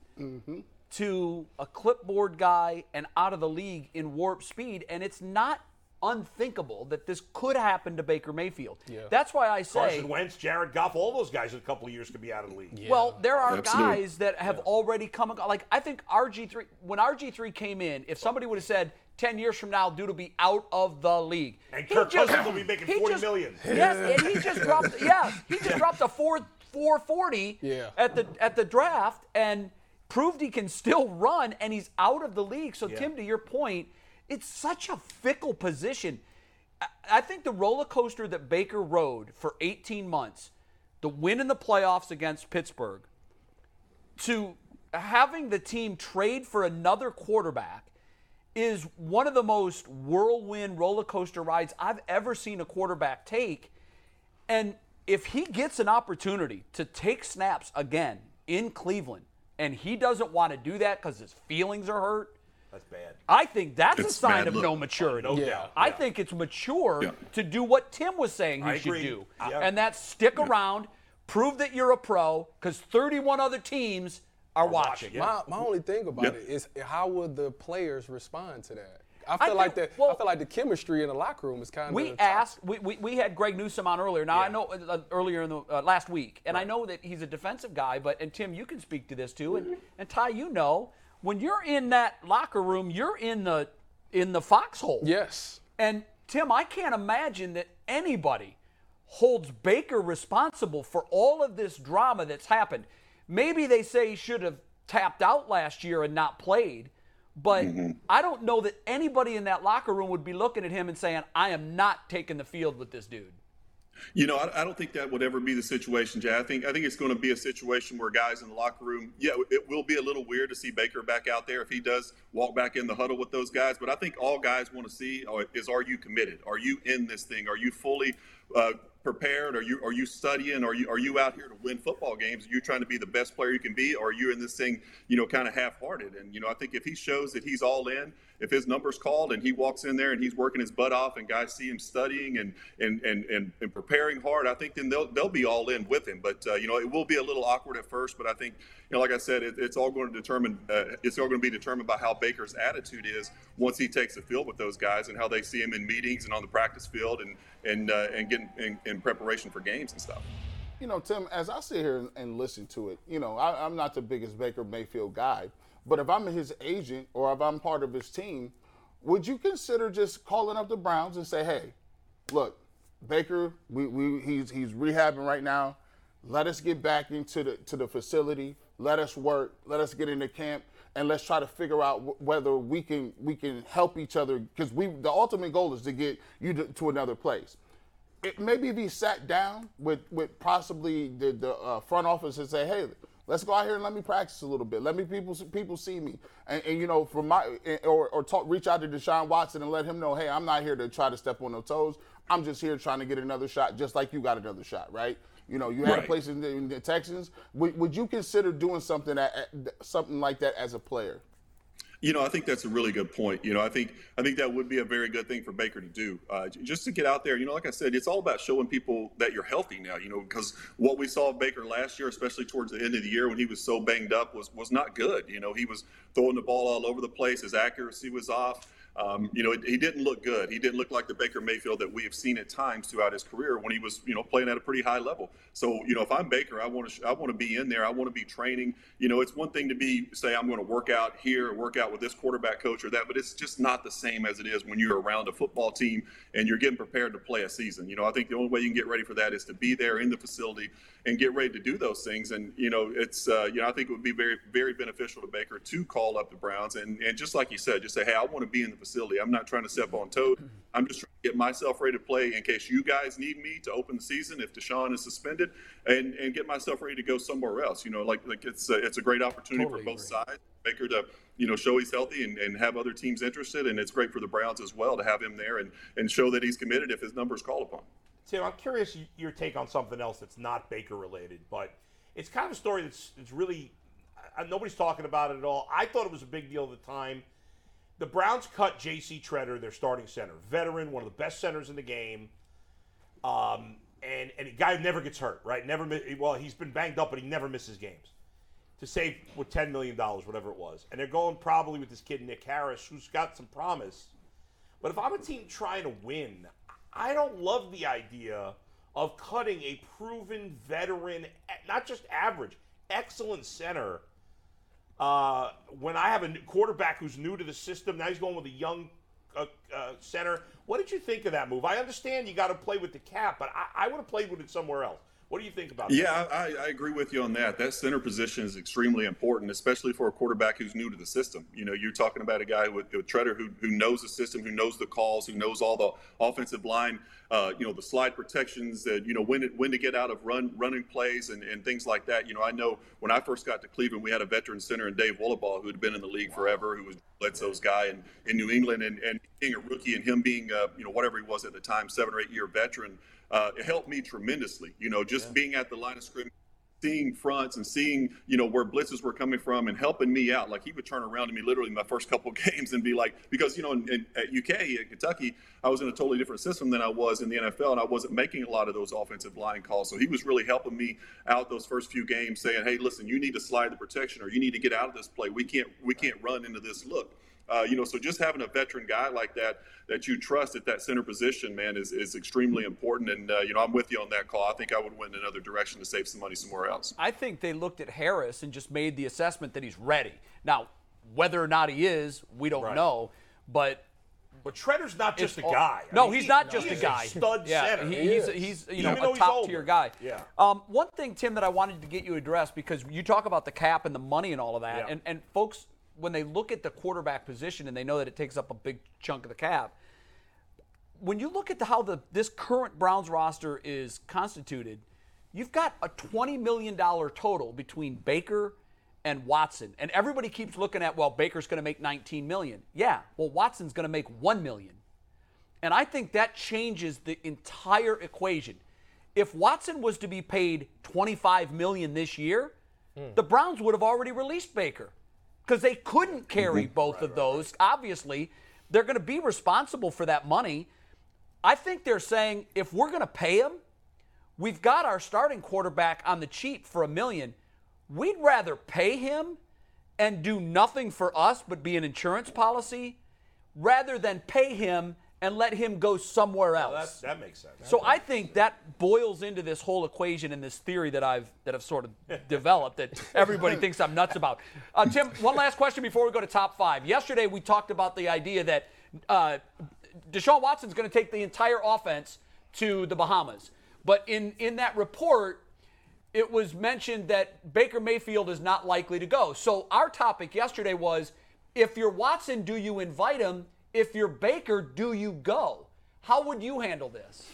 [SPEAKER 1] to a clipboard guy and out of the league in warp speed, and it's not unthinkable that this could happen to Baker Mayfield. That's why I say
[SPEAKER 3] Carson Wentz, Jared Goff, all those guys in a couple of years could be out of the league.
[SPEAKER 1] Well, there are
[SPEAKER 6] Absolutely.
[SPEAKER 1] guys that have already come and gone. Like I think RG3 when RG3 came in, if somebody would have said 10 years from now dude will be out of the league.
[SPEAKER 3] And
[SPEAKER 1] he
[SPEAKER 3] Kirk
[SPEAKER 1] just-
[SPEAKER 3] Cousins will be making
[SPEAKER 1] he
[SPEAKER 3] 40
[SPEAKER 1] just-
[SPEAKER 3] million.
[SPEAKER 1] Yes, and he just dropped yeah, he just dropped a 4 440
[SPEAKER 4] Yeah.
[SPEAKER 1] at the at the draft and proved he can still run and he's out of the league. So Tim to your point, it's such a fickle position. I- I think the roller coaster that Baker rode for 18 months, the win in the playoffs against Pittsburgh, to having the team trade for another quarterback is one of the most whirlwind roller coaster rides I've ever seen a quarterback take. And if he gets an opportunity to take snaps again in Cleveland and he doesn't want to do that because his feelings are hurt,
[SPEAKER 3] That's bad.
[SPEAKER 1] I think that's a
[SPEAKER 6] It's
[SPEAKER 1] sign
[SPEAKER 6] bad
[SPEAKER 1] of
[SPEAKER 6] look.
[SPEAKER 1] no maturity.
[SPEAKER 3] No doubt.
[SPEAKER 1] I
[SPEAKER 3] Yeah.
[SPEAKER 1] think it's mature
[SPEAKER 6] Yeah.
[SPEAKER 1] to do what Tim was saying he
[SPEAKER 3] I
[SPEAKER 1] should
[SPEAKER 3] agree.
[SPEAKER 1] do,
[SPEAKER 3] Yeah.
[SPEAKER 1] and that's stick around, prove that you're a pro, because 31 other teams are, watching.
[SPEAKER 3] watching, yeah.
[SPEAKER 4] My, my only thing about
[SPEAKER 6] Yep.
[SPEAKER 4] it is how will the players respond to that? I
[SPEAKER 1] I
[SPEAKER 4] feel like
[SPEAKER 1] think-
[SPEAKER 4] that.
[SPEAKER 1] well-
[SPEAKER 4] I feel like the chemistry in the locker room is kind of.
[SPEAKER 1] We asked. We, we, we had Greg Newsom on earlier. Now I know uh, uh, earlier in the uh, last week, and I know that he's a defensive guy. But and Tim, you can speak to this too, and and Ty, you know, when you're in that locker room, you're in the in the foxhole.
[SPEAKER 4] Yes.
[SPEAKER 1] And Tim, I can't imagine that anybody holds Baker responsible for all of this drama that's happened. Maybe they say he should have tapped out last year and not played, but I don't know that anybody in that locker room would be looking at him and saying, I am not taking the field with this dude.
[SPEAKER 6] You know, I, I don't think that would ever be the situation, Jay. I think I think it's going to be a situation where guys in the locker room, yeah, it will be a little weird to see Baker back out there if he does walk back in the huddle with those guys. But I think all guys want to see uh, is are you committed? Are you in this thing? Are you fully uh, prepared? Are you are you studying? Are you are you out here to win football games? Are you trying to be the best player you can be? Or are you in this thing, you know, kind of half-hearted? And you know, I think if he shows that he's all in, if his number's called and he walks in there and he's working his butt off and guys see him studying and and and and, and preparing hard, I think then they'll they'll be all in with him. But uh, you know, it will be a little awkward at first. But I think, you know, like I said, it, it's all going to determine uh, it's all going to be determined by how Baker's attitude is once he takes the field with those guys and how they see him in meetings and on the practice field and and uh, and getting in, in preparation for games and stuff.
[SPEAKER 2] You know, Tim, as I sit here and, and listen to it, you know, I, I'm not the biggest Baker Mayfield guy, but if I'm his agent or if I'm part of his team, would you consider just calling up the Browns and say, hey, look, Baker, we, we he's he's rehabbing right now. Let us get back into the to the facility. Let us work. Let us get into camp and let's try to figure out wh- whether we can we can help each other because we the ultimate goal is to get you to, to another place. It, maybe if he sat down with with possibly the the uh, front office and say, hey. Let's go out here and let me practice a little bit. Let me people people see me, and, and you know, for my eh, or or talk, reach out to Deshaun Watson and let him know, hey, I'm not here to try to step on no toes. I'm just here trying to get another shot, just like you got another shot, right? You know, you had a
[SPEAKER 6] Right.
[SPEAKER 2] place in the, in the Texans. Would, would you consider doing something that something like that as a player?
[SPEAKER 6] You know, I think that's a really good point. You know, I think I think that would be a very good thing for Baker to do, uh, j- just to get out there. You know, like I said, it's all about showing people that you're healthy now. You know, because what we saw of Baker last year, especially towards the end of the year when he was so banged up, was was not good. You know, he was throwing the ball all over the place. His accuracy was off. Um, you know, it- he didn't look good. He didn't look like the Baker Mayfield that we have seen at times throughout his career when he was, you know, playing at a pretty high level. So, you know, if I'm Baker, I want to, I want to be in there. I want to be training. You know, it's one thing to be say I'm going to work out here, or work out with this quarterback coach or that, but it's just not the same as it is when you're around a football team and you're getting prepared to play a season. You know, I think the only way you can get ready for that is to be there in the facility and get ready to do those things. And you know, it's, uh, you know, I think it would be very, very beneficial to Baker to call up the Browns and and just like you said, just say, hey, I want to be in the facility. I'm not trying to step on toes. I'm just trying to get myself ready to play in case you guys need me to open the season if Deshaun is suspended, and and get myself ready to go somewhere else. You know, like like it's a, it's a great opportunity for both sides. Baker to you know show he's healthy and, and have other teams interested, and it's great for the Browns as well to have him there and and show that he's committed if his number is called upon.
[SPEAKER 3] Tim, I'm curious y- your take on something else that's not Baker related, but it's kind of a story that's it's really I, nobody's talking about it at all. I thought it was a big deal at the time. The Browns cut J.C. Treader, their starting center, veteran, one of the best centers in the game, um, and and a guy who never gets hurt, right? Never mi- well, he's been banged up, but he never misses games. To save with ten million dollars, whatever it was, and they're going probably with this kid Nick Harris, who's got some promise. But if I'm a team trying to win, I don't love the idea of cutting a proven veteran, not just average, excellent center. Uh, when I have a new quarterback who's new to the system, now he's going with a young uh, uh, center. What did you think of that move? I understand you got to play with the cap, but I, I would have played with it somewhere else. What do you think about that?
[SPEAKER 6] Yeah, I, I agree with you on that. That center position is extremely important, especially for a quarterback who's new to the system. You know, you're talking about a guy with, with Treader who, who knows the system, who knows the calls, who knows all the offensive line, uh, you know, the slide protections, uh, you know, when, it, when to get out of run running plays and, and things like that. You know, I know when I first got to Cleveland, we had a veteran center in Dave Wollaball who had been in the league forever, who was Bledsoe's guy in, in New England, and, and being a rookie and him being, uh, you know, whatever he was at the time, seven or eight year veteran uh, it helped me tremendously. You know, just being at the line of scrimmage, seeing fronts and seeing you know where blitzes were coming from and helping me out. Like he would turn around to me literally my first couple of games and be like, because you know in, in, at UK at Kentucky, I was in a totally different system than I was in the NFL, and I wasn't making a lot of those offensive line calls. So he was really helping me out those first few games, saying, hey, listen, you need to slide the protection or you need to get out of this play. We can't we can't run into this look. Uh, you know, so just having a veteran guy like that that you trust at that center position, man, is, is extremely important. And uh, you know, I'm with you on that call. I think I would win another direction to save some money somewhere else.
[SPEAKER 1] I think they looked at Harris and just made the assessment that he's ready. Now, whether or not he is, we don't know. But
[SPEAKER 3] But Treader's not just a
[SPEAKER 1] it's all-
[SPEAKER 3] guy. I
[SPEAKER 1] no,
[SPEAKER 3] mean,
[SPEAKER 1] he's
[SPEAKER 3] he-
[SPEAKER 1] not just
[SPEAKER 3] he
[SPEAKER 1] a
[SPEAKER 3] is
[SPEAKER 1] guy.
[SPEAKER 3] stud
[SPEAKER 1] yeah,
[SPEAKER 3] center.
[SPEAKER 1] he- he's he's you know
[SPEAKER 3] Even though
[SPEAKER 1] a
[SPEAKER 3] he's
[SPEAKER 1] top tier
[SPEAKER 3] older.
[SPEAKER 1] guy.
[SPEAKER 3] Yeah.
[SPEAKER 1] Um, one thing, Tim, that I wanted to get you addressed because you talk about the cap and the money and all of that,
[SPEAKER 3] Yeah.
[SPEAKER 1] and and folks when they look at the quarterback position and they know that it takes up a big chunk of the cap. When you look at the, how the this current Browns roster is constituted, you've got a twenty million dollar total between Baker and Watson, and everybody keeps looking at well Baker's going to make nineteen million. Yeah, well Watson's going to make one million. And I think that changes the entire equation. If Watson was to be paid 25 million this year, the Browns would have already released Baker because they couldn't carry both of those. Obviously, they're going to be responsible for that money. I think they're saying if we're going to pay him, we've got our starting quarterback on the cheap for a million. We'd rather pay him and do nothing for us but be an insurance policy rather than pay him and let him go somewhere else.
[SPEAKER 3] That, that makes sense.
[SPEAKER 1] So I think that boils into this whole equation and this theory that I've that I've sort of developed that everybody thinks I'm nuts about. Uh, Tim, one last question before we go to top five. Yesterday we talked about the idea that uh, Deshaun Watson's going to take the entire offense to the Bahamas, but in in that report. It was mentioned that Baker Mayfield is not likely to go. So our topic yesterday was if you're Watson, do you invite him? If you're Baker, do you go? How would you handle this?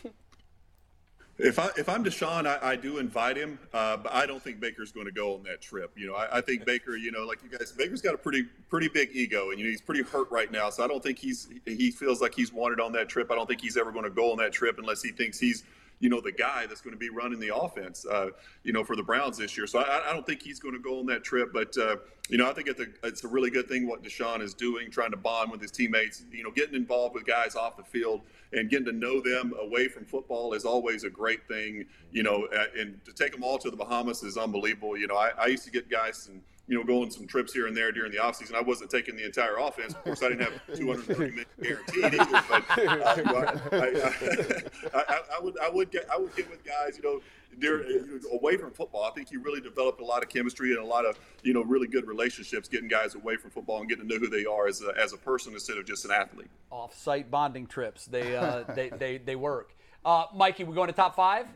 [SPEAKER 6] If I if I'm Deshaun, I, I do invite him, uh, but I don't think Baker's going to go on that trip. You know, I, I think Baker, you know, like you guys, Baker's got a pretty pretty big ego, and you know he's pretty hurt right now. So I don't think he's he feels like he's wanted on that trip. I don't think he's ever going to go on that trip unless he thinks he's you know the guy that's going to be running the offense, uh, you know, for the Browns this year. So I, I don't think he's going to go on that trip. But uh, you know, I think it's a it's a really good thing what Deshaun is doing, trying to bond with his teammates. You know, getting involved with guys off the field and getting to know them away from football is always a great thing. You know, a- and to take them all to the Bahamas is unbelievable. You know, I, I used to get guys and you know, going some trips here and there during the offseason. I wasn't taking the entire offense. Of course, I didn't have 230 minutes guaranteed either. But uh, you know, I, I, I, I, I would, I would get, I would get with guys, you know, during, you know, away from football. I think you really developed a lot of chemistry and a lot of, you know, really good relationships getting guys away from football and getting to know who they are as a, as a person instead of just an athlete.
[SPEAKER 1] Off-site bonding trips. They uh, they, they they work. Uh, Mikey, we going to top five?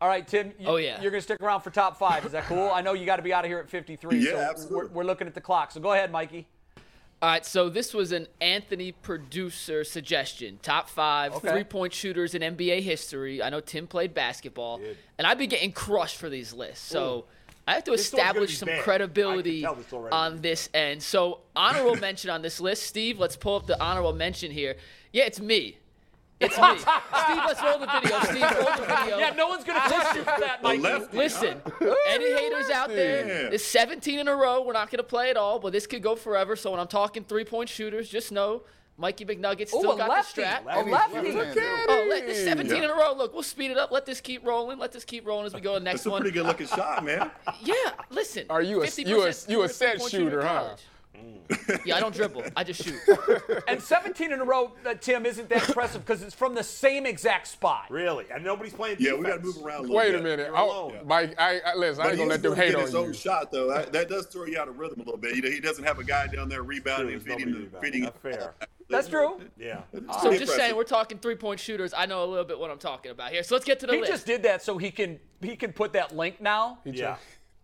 [SPEAKER 1] All right, Tim. You,
[SPEAKER 5] Oh, yeah.
[SPEAKER 1] You're gonna stick around for top five. Is that cool? I know you got to be out of here at 53.
[SPEAKER 6] Yeah,
[SPEAKER 1] so We're,
[SPEAKER 6] absolutely.
[SPEAKER 1] we're looking at the clock. So go ahead, Mikey.
[SPEAKER 5] All right, so this was an Anthony producer suggestion. Top five
[SPEAKER 1] Okay.
[SPEAKER 5] three point shooters in NBA history. I know Tim played basketball, and I've been getting crushed for these lists. So I have to
[SPEAKER 3] one's gonna be
[SPEAKER 5] establish some
[SPEAKER 3] bad. I can
[SPEAKER 5] credibility
[SPEAKER 3] tell this already.
[SPEAKER 5] on this end. So, honorable mention on this list. Steve, let's pull up the honorable mention here. Yeah, it's me. It's me. Steve, let's roll the video. Steve, roll the video.
[SPEAKER 1] Yeah, no one's gonna push you for that, Mikey.
[SPEAKER 6] lefty,
[SPEAKER 5] Listen, any haters out
[SPEAKER 6] Yeah.
[SPEAKER 5] there, it's 17 in a row. We're not going to play at all, but this could go forever. So when I'm talking three point shooters, just know Mikey McNuggets
[SPEAKER 1] Ooh,
[SPEAKER 5] still
[SPEAKER 1] a
[SPEAKER 5] got
[SPEAKER 1] lefty.
[SPEAKER 5] the strap.
[SPEAKER 1] A
[SPEAKER 2] he's
[SPEAKER 1] lefty.
[SPEAKER 2] left-handed.
[SPEAKER 5] Oh, let this 17
[SPEAKER 6] Yeah.
[SPEAKER 5] in a row. Look, we'll speed it up. Let this keep rolling. Let this keep rolling as we go to the next
[SPEAKER 6] That's a
[SPEAKER 5] one.
[SPEAKER 6] pretty good looking shot, man.
[SPEAKER 5] Yeah, listen.
[SPEAKER 4] Are you a-
[SPEAKER 5] 50%
[SPEAKER 4] you a- you a
[SPEAKER 5] three-point
[SPEAKER 4] set shooter,
[SPEAKER 5] in
[SPEAKER 4] huh?
[SPEAKER 5] college.
[SPEAKER 6] Mm.
[SPEAKER 5] Yeah, I don't dribble. I just shoot.
[SPEAKER 1] And 17 in a row, uh, Tim, isn't that impressive because it's from the same exact spot.
[SPEAKER 3] Really, and nobody's playing.
[SPEAKER 6] Yeah, we got to
[SPEAKER 3] defense.
[SPEAKER 6] move around a little
[SPEAKER 4] Wait
[SPEAKER 6] bit.
[SPEAKER 4] a minute,
[SPEAKER 3] You're
[SPEAKER 4] I,
[SPEAKER 3] alone.
[SPEAKER 4] Mike. I, I listen. I
[SPEAKER 6] But
[SPEAKER 4] ain't gonna
[SPEAKER 6] he's
[SPEAKER 4] let them
[SPEAKER 6] gonna
[SPEAKER 4] hate
[SPEAKER 6] get his
[SPEAKER 4] on
[SPEAKER 6] own
[SPEAKER 4] you.
[SPEAKER 6] shot though. That, that does throw you out of rhythm a little bit. You know, he doesn't have a guy down there rebounding and
[SPEAKER 3] There's
[SPEAKER 6] feeding
[SPEAKER 3] nobody
[SPEAKER 6] him,
[SPEAKER 3] rebounding.
[SPEAKER 6] feeding him.
[SPEAKER 3] Not fair.
[SPEAKER 1] That's true.
[SPEAKER 3] Yeah.
[SPEAKER 5] So
[SPEAKER 6] Pretty
[SPEAKER 5] just saying,
[SPEAKER 6] impressive.
[SPEAKER 5] we're talking three point shooters. I know a little bit what I'm talking about here. So let's get to the
[SPEAKER 1] He
[SPEAKER 5] list.
[SPEAKER 1] just did that so he can he can put that link now
[SPEAKER 3] Yeah.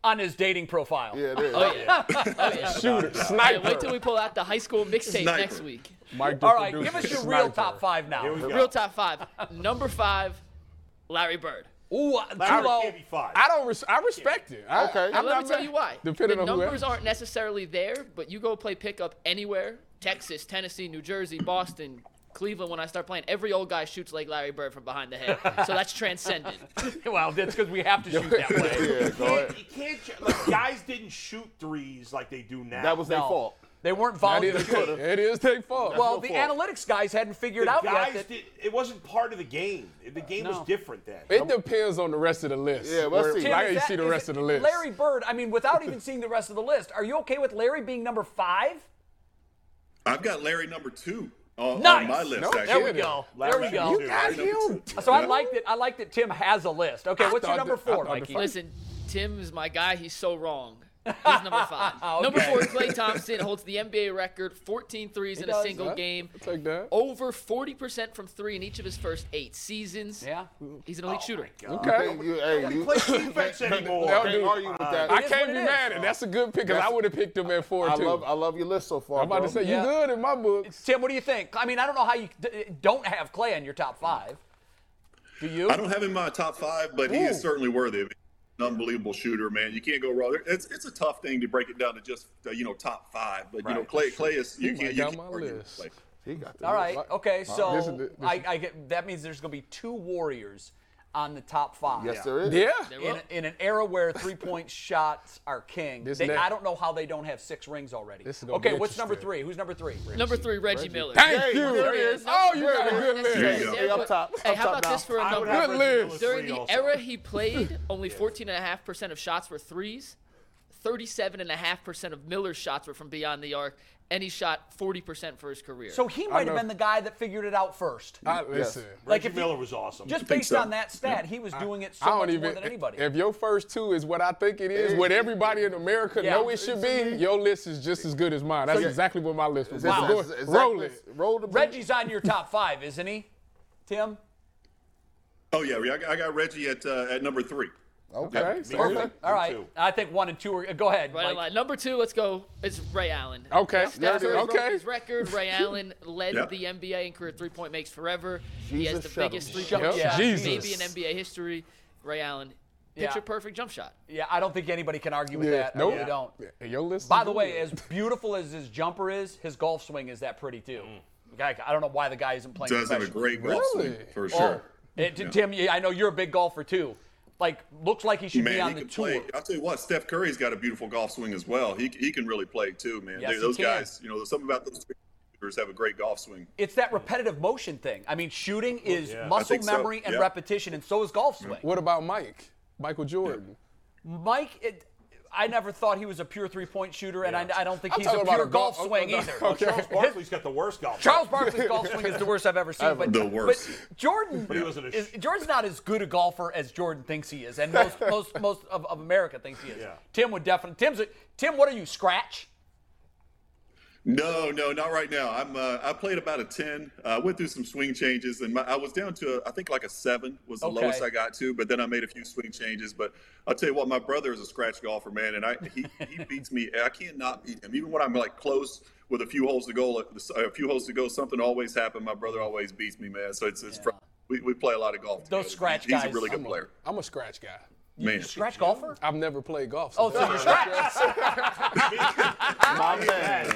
[SPEAKER 1] on his dating profile.
[SPEAKER 2] Yeah, it is.
[SPEAKER 5] oh, yeah. oh, yeah.
[SPEAKER 4] Shooter,
[SPEAKER 5] Yeah, wait till
[SPEAKER 4] sniper.
[SPEAKER 5] we pull out the high school mixtape
[SPEAKER 6] Sniper.
[SPEAKER 5] next week.
[SPEAKER 4] Mike the
[SPEAKER 1] All right, give
[SPEAKER 4] producer,
[SPEAKER 1] us your real
[SPEAKER 4] sniper.
[SPEAKER 1] top five now.
[SPEAKER 3] Here we go.
[SPEAKER 5] Real top five. Number five, Larry Bird.
[SPEAKER 1] Ooh, uh,
[SPEAKER 3] Larry
[SPEAKER 1] too low.
[SPEAKER 3] can't be five.
[SPEAKER 4] I don't. Res- I respect it. I,
[SPEAKER 2] Okay.
[SPEAKER 4] I'm
[SPEAKER 5] And let
[SPEAKER 4] not
[SPEAKER 5] me tell
[SPEAKER 4] mad.
[SPEAKER 5] you why.
[SPEAKER 4] Depending
[SPEAKER 5] the
[SPEAKER 4] on who
[SPEAKER 5] numbers
[SPEAKER 4] else-
[SPEAKER 5] aren't necessarily there, but you go play pickup anywhere Texas, Tennessee, New Jersey, Boston, Cleveland. When I start playing, every old guy shoots like Larry Bird from behind the head. So that's transcendent.
[SPEAKER 1] well, that's because we have to shoot that way.
[SPEAKER 2] Yeah, go ahead.
[SPEAKER 3] You can't. ju- Like, guys didn't shoot threes like they do now.
[SPEAKER 2] That was their
[SPEAKER 1] No,
[SPEAKER 2] fault.
[SPEAKER 1] They weren't
[SPEAKER 4] That
[SPEAKER 1] volunteer.
[SPEAKER 4] is- It is their fault.
[SPEAKER 1] Well,
[SPEAKER 2] no
[SPEAKER 1] the
[SPEAKER 2] fault.
[SPEAKER 1] analytics guys hadn't figured
[SPEAKER 3] the
[SPEAKER 1] out
[SPEAKER 3] guys.
[SPEAKER 1] yet. That,
[SPEAKER 3] did, it wasn't part of the game. The game
[SPEAKER 1] No.
[SPEAKER 3] was different then.
[SPEAKER 4] it depends on the rest of the list.
[SPEAKER 2] Yeah, let's
[SPEAKER 4] Where-
[SPEAKER 2] see.
[SPEAKER 1] Tim,
[SPEAKER 4] I
[SPEAKER 1] is
[SPEAKER 4] can
[SPEAKER 1] that-
[SPEAKER 4] see the
[SPEAKER 1] is
[SPEAKER 4] rest
[SPEAKER 1] it-
[SPEAKER 4] of the list.
[SPEAKER 1] Larry Bird. I mean, without even seeing the rest of the list, are you okay with Larry being number five?
[SPEAKER 6] I've got Larry number two on,
[SPEAKER 1] Nice.
[SPEAKER 6] on my list.
[SPEAKER 4] No
[SPEAKER 6] actually.
[SPEAKER 1] There we
[SPEAKER 4] kidding.
[SPEAKER 1] go.
[SPEAKER 3] Larry
[SPEAKER 1] There we
[SPEAKER 3] Bird,
[SPEAKER 1] go.
[SPEAKER 3] too.
[SPEAKER 4] got
[SPEAKER 6] Larry number
[SPEAKER 4] him.
[SPEAKER 6] two.
[SPEAKER 1] So I
[SPEAKER 6] Yeah.
[SPEAKER 1] like that. I like that Tim has a list. Okay, what's your
[SPEAKER 4] thought
[SPEAKER 1] number
[SPEAKER 4] that- I
[SPEAKER 1] four,
[SPEAKER 4] thought the
[SPEAKER 1] Mikey?
[SPEAKER 4] first-
[SPEAKER 5] Listen, Tim is my guy. He's so wrong. He's number five. Number
[SPEAKER 1] Okay.
[SPEAKER 5] four, Clay Thompson holds the NBA record 14 threes in a
[SPEAKER 1] does.
[SPEAKER 5] single
[SPEAKER 4] Huh?
[SPEAKER 5] game.
[SPEAKER 4] I'll take
[SPEAKER 1] Oh,
[SPEAKER 4] that.
[SPEAKER 5] Over 40% from three in each of his first eight seasons.
[SPEAKER 1] Yeah.
[SPEAKER 5] He's an
[SPEAKER 4] Oh,
[SPEAKER 5] elite shooter.
[SPEAKER 4] Okay.
[SPEAKER 2] Hey, you, hey, you,
[SPEAKER 3] Play defense anymore.
[SPEAKER 4] They'll
[SPEAKER 2] can't
[SPEAKER 4] do-
[SPEAKER 2] argue with that.
[SPEAKER 4] I
[SPEAKER 1] is
[SPEAKER 4] can't
[SPEAKER 1] what
[SPEAKER 4] be
[SPEAKER 1] it is.
[SPEAKER 4] mad at. it. That's a good pick because I would have picked him at four
[SPEAKER 2] I
[SPEAKER 4] too.
[SPEAKER 2] love, I love your list so far.
[SPEAKER 4] I'm about to
[SPEAKER 2] bro.
[SPEAKER 4] say
[SPEAKER 1] Yeah.
[SPEAKER 4] you good in my books.
[SPEAKER 1] Tim, what do you think? I mean, I don't know how you d- eh, don't have Clay in your top five. Do you?
[SPEAKER 6] I don't have him in my top five, but he is certainly worthy of it. An unbelievable shooter, man. You can't go wrong. It's it's a tough thing to break it down to just uh, you know top five, but you know Clay Clay is you
[SPEAKER 4] might
[SPEAKER 6] can't you
[SPEAKER 4] got
[SPEAKER 6] can't
[SPEAKER 4] my
[SPEAKER 6] argue with
[SPEAKER 4] list.
[SPEAKER 6] Clay.
[SPEAKER 2] he got the
[SPEAKER 1] All right.
[SPEAKER 4] What?
[SPEAKER 1] Okay. So
[SPEAKER 4] This is the- this
[SPEAKER 1] I, I get that means there's going to be two Warriors on the top five.
[SPEAKER 2] Yes, there is.
[SPEAKER 4] Yeah.
[SPEAKER 1] In, in an era where three-point shots are king,
[SPEAKER 4] This
[SPEAKER 1] they,
[SPEAKER 4] next-
[SPEAKER 1] I don't know how they don't have six rings already.
[SPEAKER 4] This is gonna
[SPEAKER 1] okay,
[SPEAKER 4] be
[SPEAKER 1] what's number
[SPEAKER 4] interesting.
[SPEAKER 1] three? Who's number three?
[SPEAKER 5] Number three, Reggie Miller.
[SPEAKER 4] Thank
[SPEAKER 2] Hey,
[SPEAKER 4] you.
[SPEAKER 2] there it is.
[SPEAKER 4] Oh, you got a good
[SPEAKER 6] There
[SPEAKER 4] list.
[SPEAKER 6] you go.
[SPEAKER 5] Hey,
[SPEAKER 2] Up top.
[SPEAKER 5] Hey,
[SPEAKER 2] Up
[SPEAKER 5] how
[SPEAKER 2] top
[SPEAKER 5] about this
[SPEAKER 2] now.
[SPEAKER 5] for a
[SPEAKER 3] I would
[SPEAKER 5] number?
[SPEAKER 4] Good
[SPEAKER 3] have Reggie Miller
[SPEAKER 4] list.
[SPEAKER 5] During
[SPEAKER 3] three
[SPEAKER 5] the
[SPEAKER 3] also.
[SPEAKER 5] era he played, only 14.5% of shots were threes. 37.5% of Miller's shots were from beyond the arc. and he shot 40% for his career.
[SPEAKER 1] So he might have been the guy that figured it out first.
[SPEAKER 4] I, listen.
[SPEAKER 1] like
[SPEAKER 3] Reggie
[SPEAKER 1] if he-
[SPEAKER 3] Miller was awesome.
[SPEAKER 1] just based
[SPEAKER 6] so.
[SPEAKER 1] on that stat, he was doing it so
[SPEAKER 4] I don't
[SPEAKER 1] much more
[SPEAKER 4] even.
[SPEAKER 1] than anybody.
[SPEAKER 4] If your first two is what I think it is, what everybody in America
[SPEAKER 1] Yeah.
[SPEAKER 4] know it should be, your list is just as good as mine. That's exactly what my list was.
[SPEAKER 1] Wow.
[SPEAKER 4] Go- Roll it.
[SPEAKER 2] Roll the
[SPEAKER 1] Reggie's on your top five, isn't he, Tim?
[SPEAKER 6] Oh yeah, I got, I got Reggie at uh, at number three.
[SPEAKER 2] Okay.
[SPEAKER 4] Okay,
[SPEAKER 2] Me
[SPEAKER 4] perfect.
[SPEAKER 2] too.
[SPEAKER 1] All right,
[SPEAKER 3] too.
[SPEAKER 1] I think one and two are. Go ahead,
[SPEAKER 5] Right on
[SPEAKER 1] Mike.
[SPEAKER 5] line. Number two, let's go. It's Ray Allen.
[SPEAKER 4] Okay.
[SPEAKER 5] Steph
[SPEAKER 4] there it
[SPEAKER 5] Curry
[SPEAKER 4] Oh, is.
[SPEAKER 5] broke
[SPEAKER 4] Okay.
[SPEAKER 5] His record. Ray Allen led
[SPEAKER 6] Yeah.
[SPEAKER 5] the NBA in career three-point makes forever. he
[SPEAKER 2] Jesus
[SPEAKER 5] has the
[SPEAKER 2] shut him.
[SPEAKER 5] biggest
[SPEAKER 1] Shut
[SPEAKER 5] three-point
[SPEAKER 1] him.
[SPEAKER 5] shot
[SPEAKER 4] Jesus.
[SPEAKER 5] maybe in NBA history. Ray Allen,
[SPEAKER 1] Yeah.
[SPEAKER 5] picture-perfect jump shot.
[SPEAKER 1] Yeah, I don't think anybody can argue with that.
[SPEAKER 4] Nope.
[SPEAKER 1] I really don't.
[SPEAKER 4] Yeah, Your list. is
[SPEAKER 1] By the way,
[SPEAKER 4] good.
[SPEAKER 1] as beautiful as his jumper is, his golf swing is that pretty too. Like, I don't know why the guy isn't playing.
[SPEAKER 6] Does have a
[SPEAKER 1] professionally.
[SPEAKER 6] great golf swing
[SPEAKER 4] Really?
[SPEAKER 6] for sure.
[SPEAKER 1] Oh, and t- Tim, yeah, I know you're a big golfer too. Like, looks like he should be
[SPEAKER 6] Man,
[SPEAKER 1] on
[SPEAKER 6] he
[SPEAKER 1] the
[SPEAKER 6] can
[SPEAKER 1] tour.
[SPEAKER 6] play. I'll tell you what, Steph Curry's got a beautiful golf swing as well. He, he can really play too, man.
[SPEAKER 1] Yes,
[SPEAKER 6] They-
[SPEAKER 1] he
[SPEAKER 6] those
[SPEAKER 1] can.
[SPEAKER 6] guys, you know, there's something about those three shooters have a great golf swing.
[SPEAKER 1] It's that repetitive motion thing. I mean, shooting is muscle
[SPEAKER 6] think so.
[SPEAKER 1] memory and
[SPEAKER 6] Yeah.
[SPEAKER 1] repetition, and so is golf swing.
[SPEAKER 4] what about Mike? Michael Jordan.
[SPEAKER 1] Mike, it, I never thought he was a pure three-point shooter, and I, I don't think
[SPEAKER 4] I'm
[SPEAKER 1] he's a
[SPEAKER 4] talking about
[SPEAKER 1] pure
[SPEAKER 4] a
[SPEAKER 1] golf
[SPEAKER 4] golf-
[SPEAKER 1] swing
[SPEAKER 4] okay.
[SPEAKER 1] either.
[SPEAKER 3] Charles Barkley's got the worst golf.
[SPEAKER 1] Charles Barkley's golf swing is the worst I've ever seen. But,
[SPEAKER 6] The worst.
[SPEAKER 1] But Jordan,
[SPEAKER 3] he wasn't a
[SPEAKER 1] is,
[SPEAKER 3] sh-
[SPEAKER 1] Jordan's not as good a golfer as Jordan thinks he is, and most most most of, of America thinks he is.
[SPEAKER 3] Yeah.
[SPEAKER 1] Tim would definitely. Tim's a, Tim. What are you? Scratch.
[SPEAKER 6] No, no, not right now. I'm. Uh, I played about a ten. Uh, went through some swing changes, and my, I was down to a, I think like a seven was the
[SPEAKER 1] Okay.
[SPEAKER 6] lowest I got to. But then I made a few swing changes. But I'll tell you what, my brother is a scratch golfer, man, and I he, he beats me. I cannot beat him, even when I'm like close with a few holes to go. like, A few holes to go, something always happens. My brother always beats me, man. So it's it's. fr- We, we play a lot of golf.
[SPEAKER 1] Those
[SPEAKER 6] together.
[SPEAKER 1] scratch
[SPEAKER 6] He's
[SPEAKER 1] guys.
[SPEAKER 6] a really good
[SPEAKER 1] I'm a-
[SPEAKER 6] player,
[SPEAKER 4] I'm a scratch guy.
[SPEAKER 6] man.
[SPEAKER 1] Scratch golfer.
[SPEAKER 4] I've never played golf.
[SPEAKER 1] Oh, so you're scratch.
[SPEAKER 2] My man.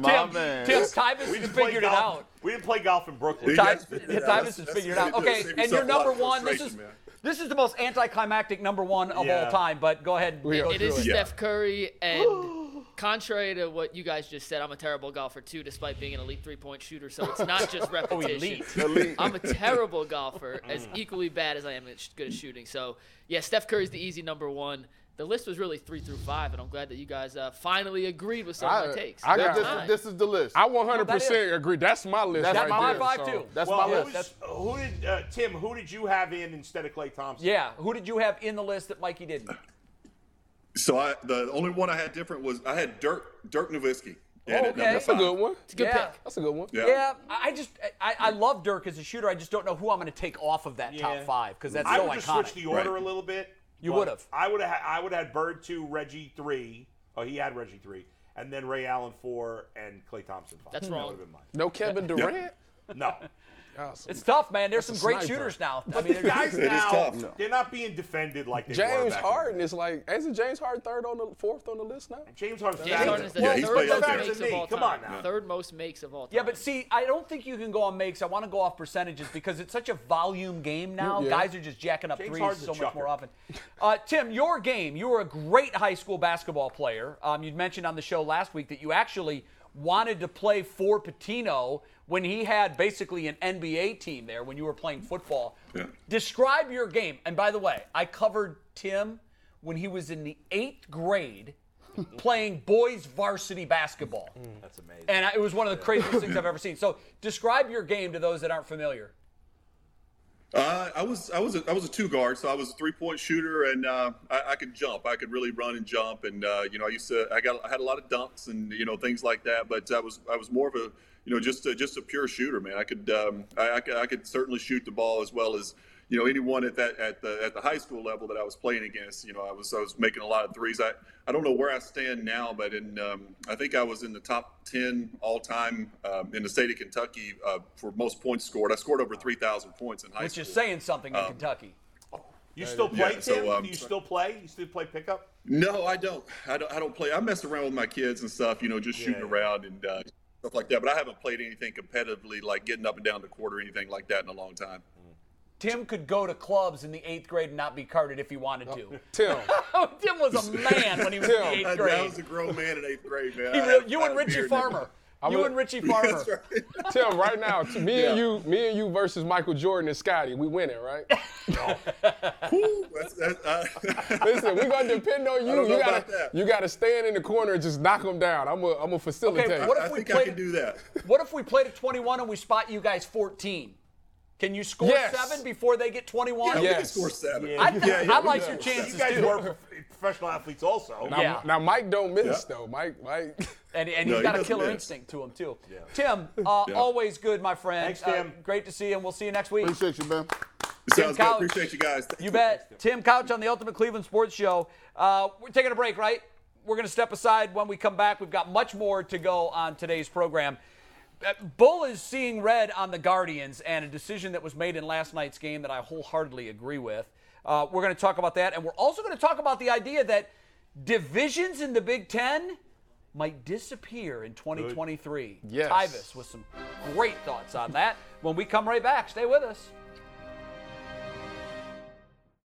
[SPEAKER 2] My
[SPEAKER 1] Tim,
[SPEAKER 2] man.
[SPEAKER 1] Tim Tyvus
[SPEAKER 3] We
[SPEAKER 1] has
[SPEAKER 3] didn't play
[SPEAKER 1] figured it
[SPEAKER 3] golf.
[SPEAKER 1] out.
[SPEAKER 3] We didn't play golf in Brooklyn.
[SPEAKER 6] Yeah.
[SPEAKER 1] Ty,
[SPEAKER 6] guys figured it out.
[SPEAKER 1] Tyvus has
[SPEAKER 6] That's
[SPEAKER 1] figured it
[SPEAKER 6] the
[SPEAKER 1] out.
[SPEAKER 6] way to do it.
[SPEAKER 1] Okay,
[SPEAKER 6] Save
[SPEAKER 1] and
[SPEAKER 6] yourself
[SPEAKER 1] your
[SPEAKER 6] a lot
[SPEAKER 1] number
[SPEAKER 6] of
[SPEAKER 1] one. This is
[SPEAKER 6] frustration, man.
[SPEAKER 1] this is the most anticlimactic number one of
[SPEAKER 3] Yeah.
[SPEAKER 1] all time. But go ahead.
[SPEAKER 4] We are-
[SPEAKER 1] Nick.
[SPEAKER 5] It is
[SPEAKER 6] Yeah.
[SPEAKER 5] Steph Curry, and contrary to what you guys just said, I'm a terrible golfer too, despite being an elite three-point shooter. So it's not just repetition.
[SPEAKER 1] elite.
[SPEAKER 5] I'm a terrible golfer, as equally bad as I am at sh- good at shooting. So yeah, Steph Curry's the easy number one. The list was really three through five, and I'm glad that you guys uh, finally agreed with some of
[SPEAKER 4] I-
[SPEAKER 5] my takes.
[SPEAKER 4] I
[SPEAKER 5] They're
[SPEAKER 4] got-
[SPEAKER 2] This,
[SPEAKER 5] mine.
[SPEAKER 2] this is the list.
[SPEAKER 4] I 100
[SPEAKER 1] That
[SPEAKER 4] percent agree. That's my list.
[SPEAKER 2] That's
[SPEAKER 4] right
[SPEAKER 1] That's my
[SPEAKER 4] there,
[SPEAKER 1] five
[SPEAKER 4] so.
[SPEAKER 1] too.
[SPEAKER 2] That's
[SPEAKER 3] Well,
[SPEAKER 2] my
[SPEAKER 3] who,
[SPEAKER 2] list.
[SPEAKER 3] was, who did uh, Tim? Who did you have in instead of Clay Thompson?
[SPEAKER 1] Yeah. Who did you have in the list that Mikey didn't?
[SPEAKER 6] So I the only one I had different was I had Dirk Dirk Nowitzki. in at
[SPEAKER 1] Oh, okay.
[SPEAKER 6] number
[SPEAKER 4] That's a
[SPEAKER 6] five.
[SPEAKER 4] good one. It's a
[SPEAKER 1] good Yeah. pick.
[SPEAKER 4] That's a good one.
[SPEAKER 1] Yeah, I I just I, I love Dirk as a shooter. I just don't know who I'm going to take off of that
[SPEAKER 3] Yeah.
[SPEAKER 1] top five because that's
[SPEAKER 3] I
[SPEAKER 1] so
[SPEAKER 3] would have switched
[SPEAKER 1] iconic.
[SPEAKER 3] the order
[SPEAKER 6] Right.
[SPEAKER 3] a little bit.
[SPEAKER 1] You
[SPEAKER 3] but
[SPEAKER 1] would've.
[SPEAKER 3] I would have. I would have had Bird two, Reggie three. Oh, he had Reggie three, and then Ray Allen four, and Clay Thompson five.
[SPEAKER 5] That's
[SPEAKER 3] That
[SPEAKER 5] wrong.
[SPEAKER 3] would've been mine.
[SPEAKER 4] No Kevin Durant.
[SPEAKER 3] No,
[SPEAKER 4] Awesome.
[SPEAKER 1] it's tough, man. There's
[SPEAKER 4] That's
[SPEAKER 1] some
[SPEAKER 4] a
[SPEAKER 1] great
[SPEAKER 4] sniper.
[SPEAKER 1] shooters now. I mean,
[SPEAKER 3] guys
[SPEAKER 1] there's-
[SPEAKER 6] is
[SPEAKER 3] now
[SPEAKER 6] tough.
[SPEAKER 3] they're not being defended like they were.
[SPEAKER 4] James
[SPEAKER 3] back
[SPEAKER 4] Harden
[SPEAKER 3] then.
[SPEAKER 4] is like, isn't James Harden third on the fourth on the list now?
[SPEAKER 3] James Harden.
[SPEAKER 5] James Harden is the
[SPEAKER 6] Yeah, he's
[SPEAKER 5] third
[SPEAKER 6] played
[SPEAKER 5] most
[SPEAKER 6] out there.
[SPEAKER 5] makes of all
[SPEAKER 3] Come on
[SPEAKER 5] time.
[SPEAKER 3] now.
[SPEAKER 5] Third most makes of all time.
[SPEAKER 1] yeah, but see, I don't think you can go on makes. I want to go off percentages because it's such a volume game now.
[SPEAKER 4] Yeah.
[SPEAKER 1] Guys are just jacking up
[SPEAKER 3] James
[SPEAKER 1] threes
[SPEAKER 3] Harden's a
[SPEAKER 1] so much
[SPEAKER 3] chucker.
[SPEAKER 1] more often. Uh, Tim, your game. You were a great high school basketball player. Um, you mentioned on the show last week that you actually wanted to play for Patino when he had basically an NBA team there when you were playing football.
[SPEAKER 6] Yeah.
[SPEAKER 1] Describe your game. And by the way, I covered Tim when he was in the eighth grade playing boys varsity basketball.
[SPEAKER 6] Mm.
[SPEAKER 1] That's amazing. And I, it was one of the craziest things I've ever seen. So describe your game to those that aren't familiar.
[SPEAKER 6] Uh, I was I was a, I was a two guard, so I was a three point shooter, and uh, I, I could jump. I could really run and jump, and uh, you know I used to I got I had a lot of dunks and you know things like that. But I was I was more of a you know just a, just a pure shooter, man. I could um, I, I could I could certainly shoot the ball as well as you know anyone at that at the at the high school level that I was playing against. You know I was I was making a lot of threes. I I don't know where I stand now, but in um, I think I was in the top ten all time um, in the state of Kentucky uh, for most points scored. I scored over three thousand points in high
[SPEAKER 1] Which
[SPEAKER 6] school. Um,
[SPEAKER 1] is saying something in Kentucky.
[SPEAKER 3] You still play,
[SPEAKER 6] Yeah,
[SPEAKER 3] Tim?
[SPEAKER 6] so, um,
[SPEAKER 3] Do you still play? You still play pickup?
[SPEAKER 6] No, I don't. I don't. I don't play. I mess around with my kids and stuff. You know, just shooting
[SPEAKER 3] Yeah.
[SPEAKER 6] around and uh, stuff like that. But I haven't played anything competitively, like getting up and down the court or anything like that in a long time.
[SPEAKER 1] Tim could go to clubs in the eighth grade and not be carded if he wanted to.
[SPEAKER 4] Tim.
[SPEAKER 1] Oh, Tim was a man when he was in the
[SPEAKER 4] Tim,
[SPEAKER 6] I,
[SPEAKER 1] eighth
[SPEAKER 6] I
[SPEAKER 1] grade.
[SPEAKER 6] was a grown man in eighth grade, man.
[SPEAKER 1] He
[SPEAKER 6] I
[SPEAKER 1] real-
[SPEAKER 6] had-
[SPEAKER 1] you
[SPEAKER 6] I
[SPEAKER 1] and
[SPEAKER 6] had a
[SPEAKER 1] Richie
[SPEAKER 6] beard and
[SPEAKER 1] Farmer.
[SPEAKER 4] I'm
[SPEAKER 1] you
[SPEAKER 4] gonna-
[SPEAKER 1] and Richie Farmer.
[SPEAKER 4] Tim, right now, t- me and you, me and you versus Michael Jordan and Scotty, we winning, right?
[SPEAKER 6] Whew, that's- that's- I-
[SPEAKER 4] Listen, we gonna depend on you.
[SPEAKER 6] don't know
[SPEAKER 4] You
[SPEAKER 6] about
[SPEAKER 4] gotta,
[SPEAKER 6] that.
[SPEAKER 4] you gotta stand in the corner and just knock them down. I'm gonna, I'm gonna facilitate.
[SPEAKER 1] Okay, what
[SPEAKER 6] I
[SPEAKER 1] if we
[SPEAKER 6] think I
[SPEAKER 1] played-
[SPEAKER 6] can do that.
[SPEAKER 1] What if we played at 21 and we spot you guys 14? Can you score
[SPEAKER 4] Yes.
[SPEAKER 1] seven before they get 21?
[SPEAKER 6] Yeah, we can
[SPEAKER 4] Yes.
[SPEAKER 6] score seven.
[SPEAKER 1] I, think,
[SPEAKER 6] Yeah, yeah,
[SPEAKER 1] I
[SPEAKER 6] we
[SPEAKER 1] like
[SPEAKER 6] can
[SPEAKER 1] your
[SPEAKER 6] score seven.
[SPEAKER 1] chances
[SPEAKER 3] You guys
[SPEAKER 1] too.
[SPEAKER 3] were prof- professional athletes also.
[SPEAKER 4] now,
[SPEAKER 1] yeah.
[SPEAKER 4] now Mike don't miss though. Mike, Mike.
[SPEAKER 1] And, and
[SPEAKER 6] No,
[SPEAKER 1] he's
[SPEAKER 6] he
[SPEAKER 1] got a
[SPEAKER 6] doesn't
[SPEAKER 1] killer
[SPEAKER 6] miss.
[SPEAKER 1] instinct to him too. Tim, uh,
[SPEAKER 6] Yeah.
[SPEAKER 1] always good, my friend.
[SPEAKER 3] Thanks,
[SPEAKER 1] Uh,
[SPEAKER 3] Tim.
[SPEAKER 1] great to see you, and we'll see you next week.
[SPEAKER 2] Appreciate you, man.
[SPEAKER 6] Sounds good.
[SPEAKER 1] Couch.
[SPEAKER 6] Appreciate you guys. Thank
[SPEAKER 1] You bet. Tim Couch on the Ultimate Cleveland Sports Show. Uh, we're taking a break, right? We're going to step aside when we come back. We've got much more to go on today's program. Uh, Bull is seeing red on the Guardians and a decision that was made in last night's game that I wholeheartedly agree with. Uh, we're going to talk about that. And we're also going to talk about the idea that divisions in the Big Ten might disappear in 2023.
[SPEAKER 4] Yes.
[SPEAKER 1] Tyvus with some great thoughts on that. When we come right back, stay with us.